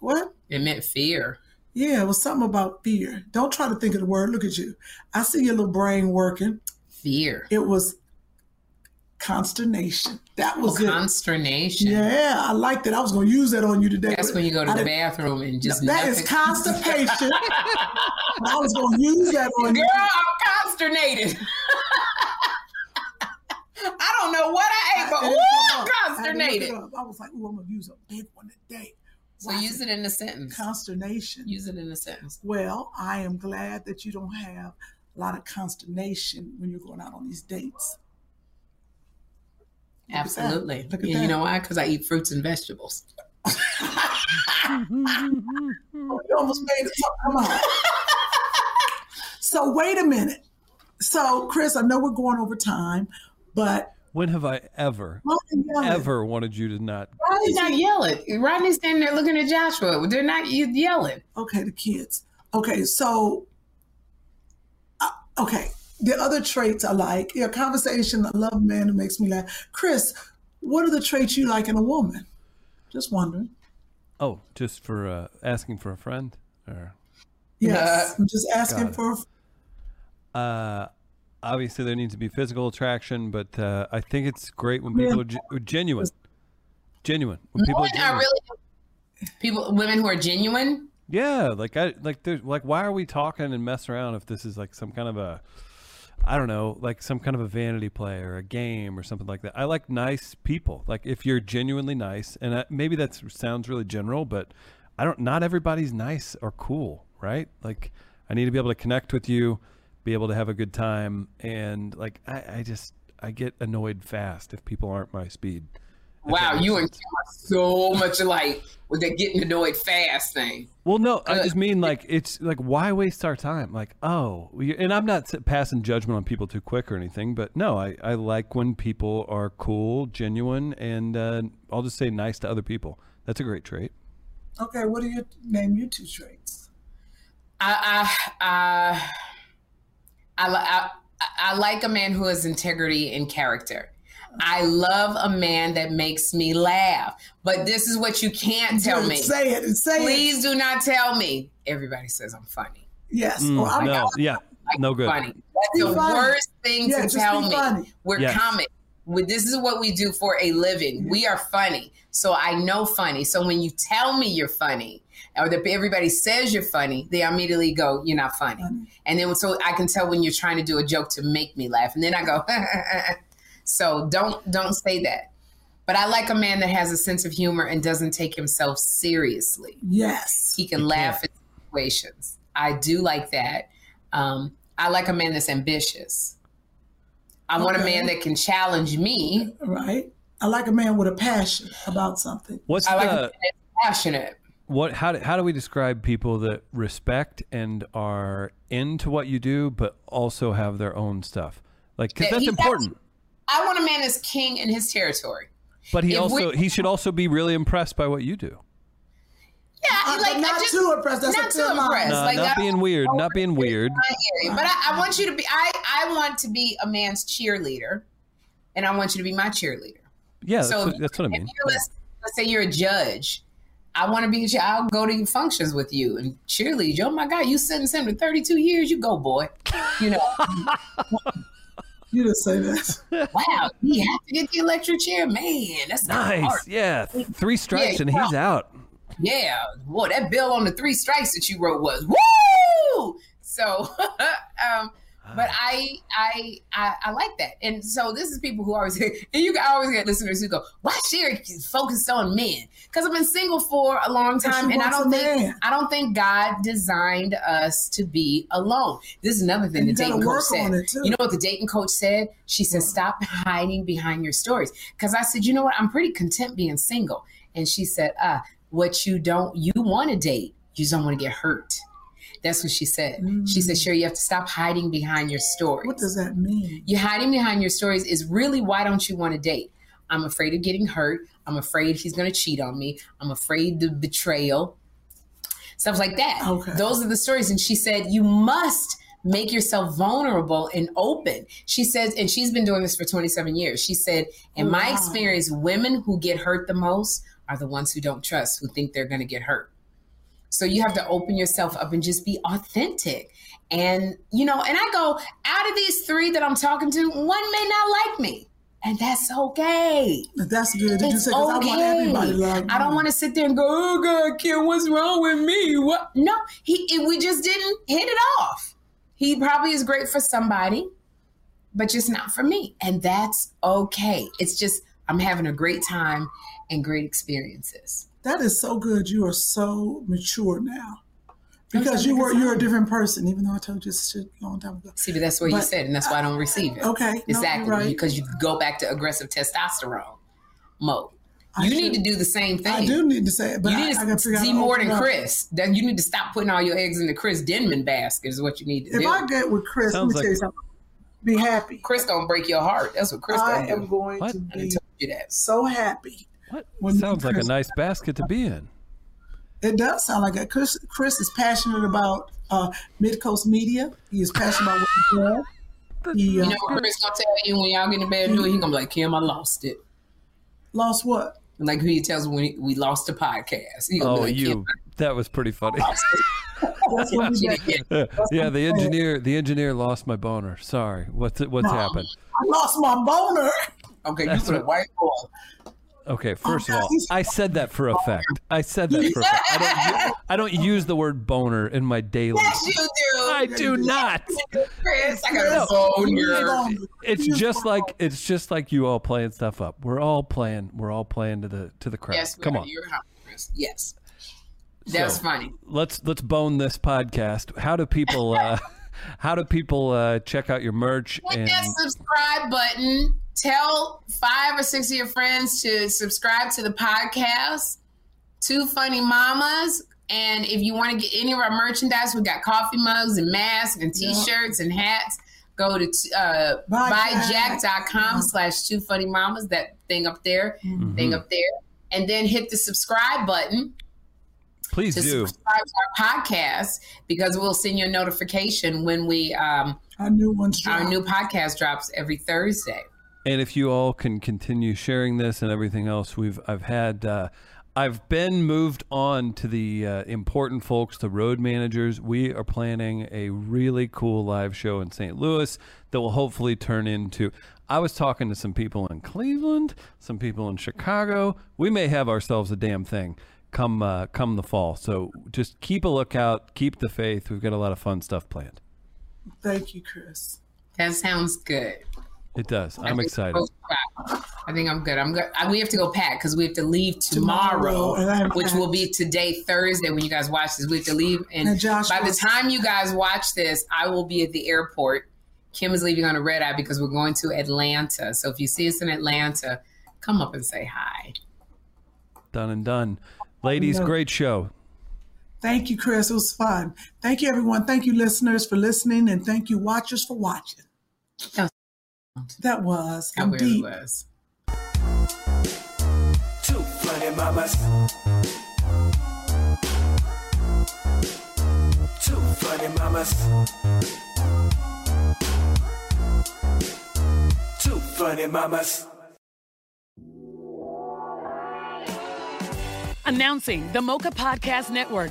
What?
it meant fear.
Yeah, it was something about fear. Don't try to think of the word. Look at you. I see your little brain working.
Fear.
It was consternation. That was it.
consternation.
Yeah, I liked it. I was going to use that on you today.
That's when you go to
I
the
didn't-
bathroom and just
That is
nothing-
constipation. I was going to use that on you.
Girl, I'm consternated. I don't know what I ate,
I
but
had
ooh,
to
I'm
look up. I had to look
consternated.
it up. I was like, ooh, I'm going to use a big one today.
So use it in a sentence.
Consternation.
Use it in a sentence.
Well, I am glad that you don't have a lot of consternation when you're going out on these dates. Look at that.
Absolutely.
Look at
And you
that.
know why? Because I eat fruits and vegetables.
Oh, You almost made it up. Come on. so wait a minute. So Chris, I know we're going over time, but
When have I ever,
Why are you yelling?
ever wanted you to not?
Rodney's not yelling. Rodney's standing there looking at Joshua. They're not ye- yelling.
okay, the kids. Okay, so uh, okay, the other traits I like. Your conversation, I love man who makes me laugh. Chris, what are the traits you like in a woman? Just wondering.
Oh, just for uh, asking for a friend, or
Yes, I'm just
Got
asking
it.
for. a-
uh, obviously there needs to be physical attraction, but uh, I think it's great when people are ge- genuine, genuine. When people are
Women are
genuine.
really people. Women who are genuine.
Yeah, like I like there's like why are we talking and messing around if this is like some kind of a I don't know, like some kind of a vanity play or a game or something like that. I like nice people. Like if you're genuinely nice, and I, maybe that sounds really general, but I don't. Not everybody's nice or cool, right? Like I need to be able to connect with you, be able to have a good time, and like I, I just I get annoyed fast if people aren't my speed.
Wow, you and Kim are so much alike with that getting annoyed fast thing.
Well, no, I just mean like it's like why waste our time? Like, oh, we, and I'm not s- passing judgment on people too quick or anything, but no, I, I like when people are cool, genuine, and uh, I'll just say nice to other people. That's a great trait.
Okay, what do you name your two traits?
I I I I, li- I, I like a man who has integrity and character. I love a man that makes me laugh. But this is what you can't tell me.
Say it. Say
Please
it.
do not tell me. Everybody says I'm funny.
Yes. Oh,
Oh
Mm,
Well, I'm-
no, yeah, no good.
funny. That's
Be
the
funny.
worst thing
Yeah,
to
just
tell
be
me.
funny.
We're
Yes.
comic. We- This is what we do for a living. We are funny. So I know funny. So when you tell me you're funny, or that everybody says you're funny, they immediately go, "You're not funny." And then so I can tell when you're trying to do a joke to make me laugh, and then I go, "So don't don't say that." But I like a man that has a sense of humor and doesn't take himself seriously.
Yes.
He can laugh at situations. I do like that. Um, I like a man that's ambitious. I want a man
Okay.
that can challenge me.
Right. I like a man with a passion about something.
What's
I like a
the
man that's passionate.
what? How do, how do we describe people that respect and are into what you do, but also have their own stuff? Like, because
Yeah,
that's
he's
important.
I want a man that's king in his territory.
but he
if
also
we-
he should also be really impressed by what you do.
Yeah,
Uh,
like
but not
I just,
too impressed. That's a
not too
thin line.
impressed.
Nah,
like
not
I-
being weird. Not being weird.
I hear you. But I, I want you to be. I I want to be a man's cheerleader, and I want you to be my cheerleader.
Yeah, that's,
So
what, that's what I
if
mean.
you're, let's, let's say you're a judge. I want to be. I'll go to your functions with you and cheerlead you. Oh my God, you sentenced him to 32 years. You go, boy. You know,
You didn't say that.
wow, he had to get the electric chair. Man, that's not hard.
Nice. Yeah. th- Three strikes
you
and he's out.
Yeah, boy, that bill on the three strikes that you wrote was woo. So, um, but
Ah.
I, I, I, I like that, and so this is people who always and you can always get listeners who go, "Why Sherry focused on men?" Because I've been single for a long time,
she
and I
wants
don't
a
think
man.
I don't think God designed us to be alone. This is another thing
And
the
you gotta
dating coach
work
said.
on it, too.
You know what the dating coach said? She said, "Stop hiding behind your stories." Because I said, "You know what? I'm pretty content being single." And she said, "Ah, what you don't you want to date? You just don't want to get hurt." That's what she said. She said, "Sure, you have to stop hiding behind your stories."
Mm. What does that mean?
you hiding behind your stories is really why don't you want to date? I'm afraid of getting hurt. I'm afraid he's going to cheat on me. I'm afraid the betrayal, stuff like that.
Okay.
Those are the stories. And she said, you must make yourself vulnerable and open. She says, and she's been doing this for 27 years. She said, in my
Wow.
experience, women who get hurt the most are the ones who don't trust, who think they're going to get hurt. So you have to open yourself up and just be authentic. And, you know, and I go, out of these three that I'm talking to, one may not like me. And that's okay.
That's good.
It's
Did you say? 'Cause I want everybody like
I don't want to sit there and go, oh God, kid, what's wrong with me? What? No, he. it- We just didn't hit it off. He probably is great for somebody, but just not for me, and that's okay. It's just I'm having a great time and great experiences.
That is so good. You are so mature now. Because you were you're a different person, even though I told you this shit a long time ago.
See, but that's what you
But-
said, and that's why I don't receive it.
Okay, no, you're
exactly,
right.
because you go back to aggressive testosterone mode. you need to do the same thing.
I do need to say it, but
you
I,
need
I
to
gotta figure out
see
how to
more
open
than
up.
Chris. That you need to stop putting all your eggs in the Chris Denman basket is what you need to
If
do.
I get with Chris, let me
Sounds
tell
like-
you something. Be happy.
Chris gonna break your heart. That's what Chris
I
gonna do.
am going to
I done
be
told you that.
so happy.
What
when
Sounds like a nice basket to be in.
It does sound like that. Chris, Chris is passionate about uh, Midcoast Media. He is passionate about what he does. He,
You
uh,
know what Chris gonna tell you when y'all get in bed and do it? He gonna be like, Kim, I lost it.
Lost what?
Like who he tells me when he- we lost the podcast. He gonna be
Oh,
like,
you.
Kim,
That was pretty funny.
That's what we
did.
yeah, the engineer. The engineer lost my boner. Sorry. What's what's
No.
happened?
I lost my boner.
Okay,
you That's put a what-
white ball.
Okay, first of all, I said that for effect. I said that for effect. I don't, u- I don't use the word boner in my daily.
Yes, you do.
I do not.
Chris, I got
No,
a phone
it's- It's just like it's just like you all playing stuff up. We're all playing. We're all playing to the to the crowd.
Yes, we
Come
are.
on.
You're hot, Chris. Yes. That's
So,
funny.
Let's let's bone this podcast. How do people uh, how do people uh, check out your merch
Hit
and
that subscribe button. Tell five or six of your friends to subscribe to the podcast, Two Funny Mamas. And if you want to get any of our merchandise, we got coffee mugs and masks and
Yeah.
t-shirts and hats. Go to uh,
Buy Jack.
buyjack.com slash two funny mamas, that thing up there, thing
Mhm.
up there. And then hit the subscribe button
please
to
do.
subscribe to our podcast because we'll send you a notification when we um,
our new ones
our new podcast drops every Thursday.
And if you all can continue sharing this and everything else, we've I've had uh, I've been moved on to the uh, important folks, the road managers. We are planning a really cool live show in St. Louis that will hopefully turn into. I was talking to some people in Cleveland, some people in Chicago. We may have ourselves a damn thing come uh, come the fall. So just keep a lookout, keep the faith. We've got a lot of fun stuff planned.
Thank you, Chris.
That sounds good.
It does.
I
I'm
think
excited.
I'm good. I think I'm good. I'm good. I- we have to go pack because we have to leave tomorrow,
Tomorrow, and I'm
which will be today, Thursday, when you guys watch this. We have to leave, and,
And Josh
by the
was-
time you guys watch this, I will be at the airport. Kim is leaving on a red eye because we're going to Atlanta. So if you see us in Atlanta, come up and say hi.
Done and done. Ladies,
No.
great show.
Thank you, Chris. It was fun. Thank you, everyone. Thank you, listeners, for listening, and thank you, watchers, for watching.
That
was. That was.
That
I'm
really
deep.
was.
Two funny mamas. Two funny mamas. Two funny mamas.
Announcing the Mocha Podcast Network,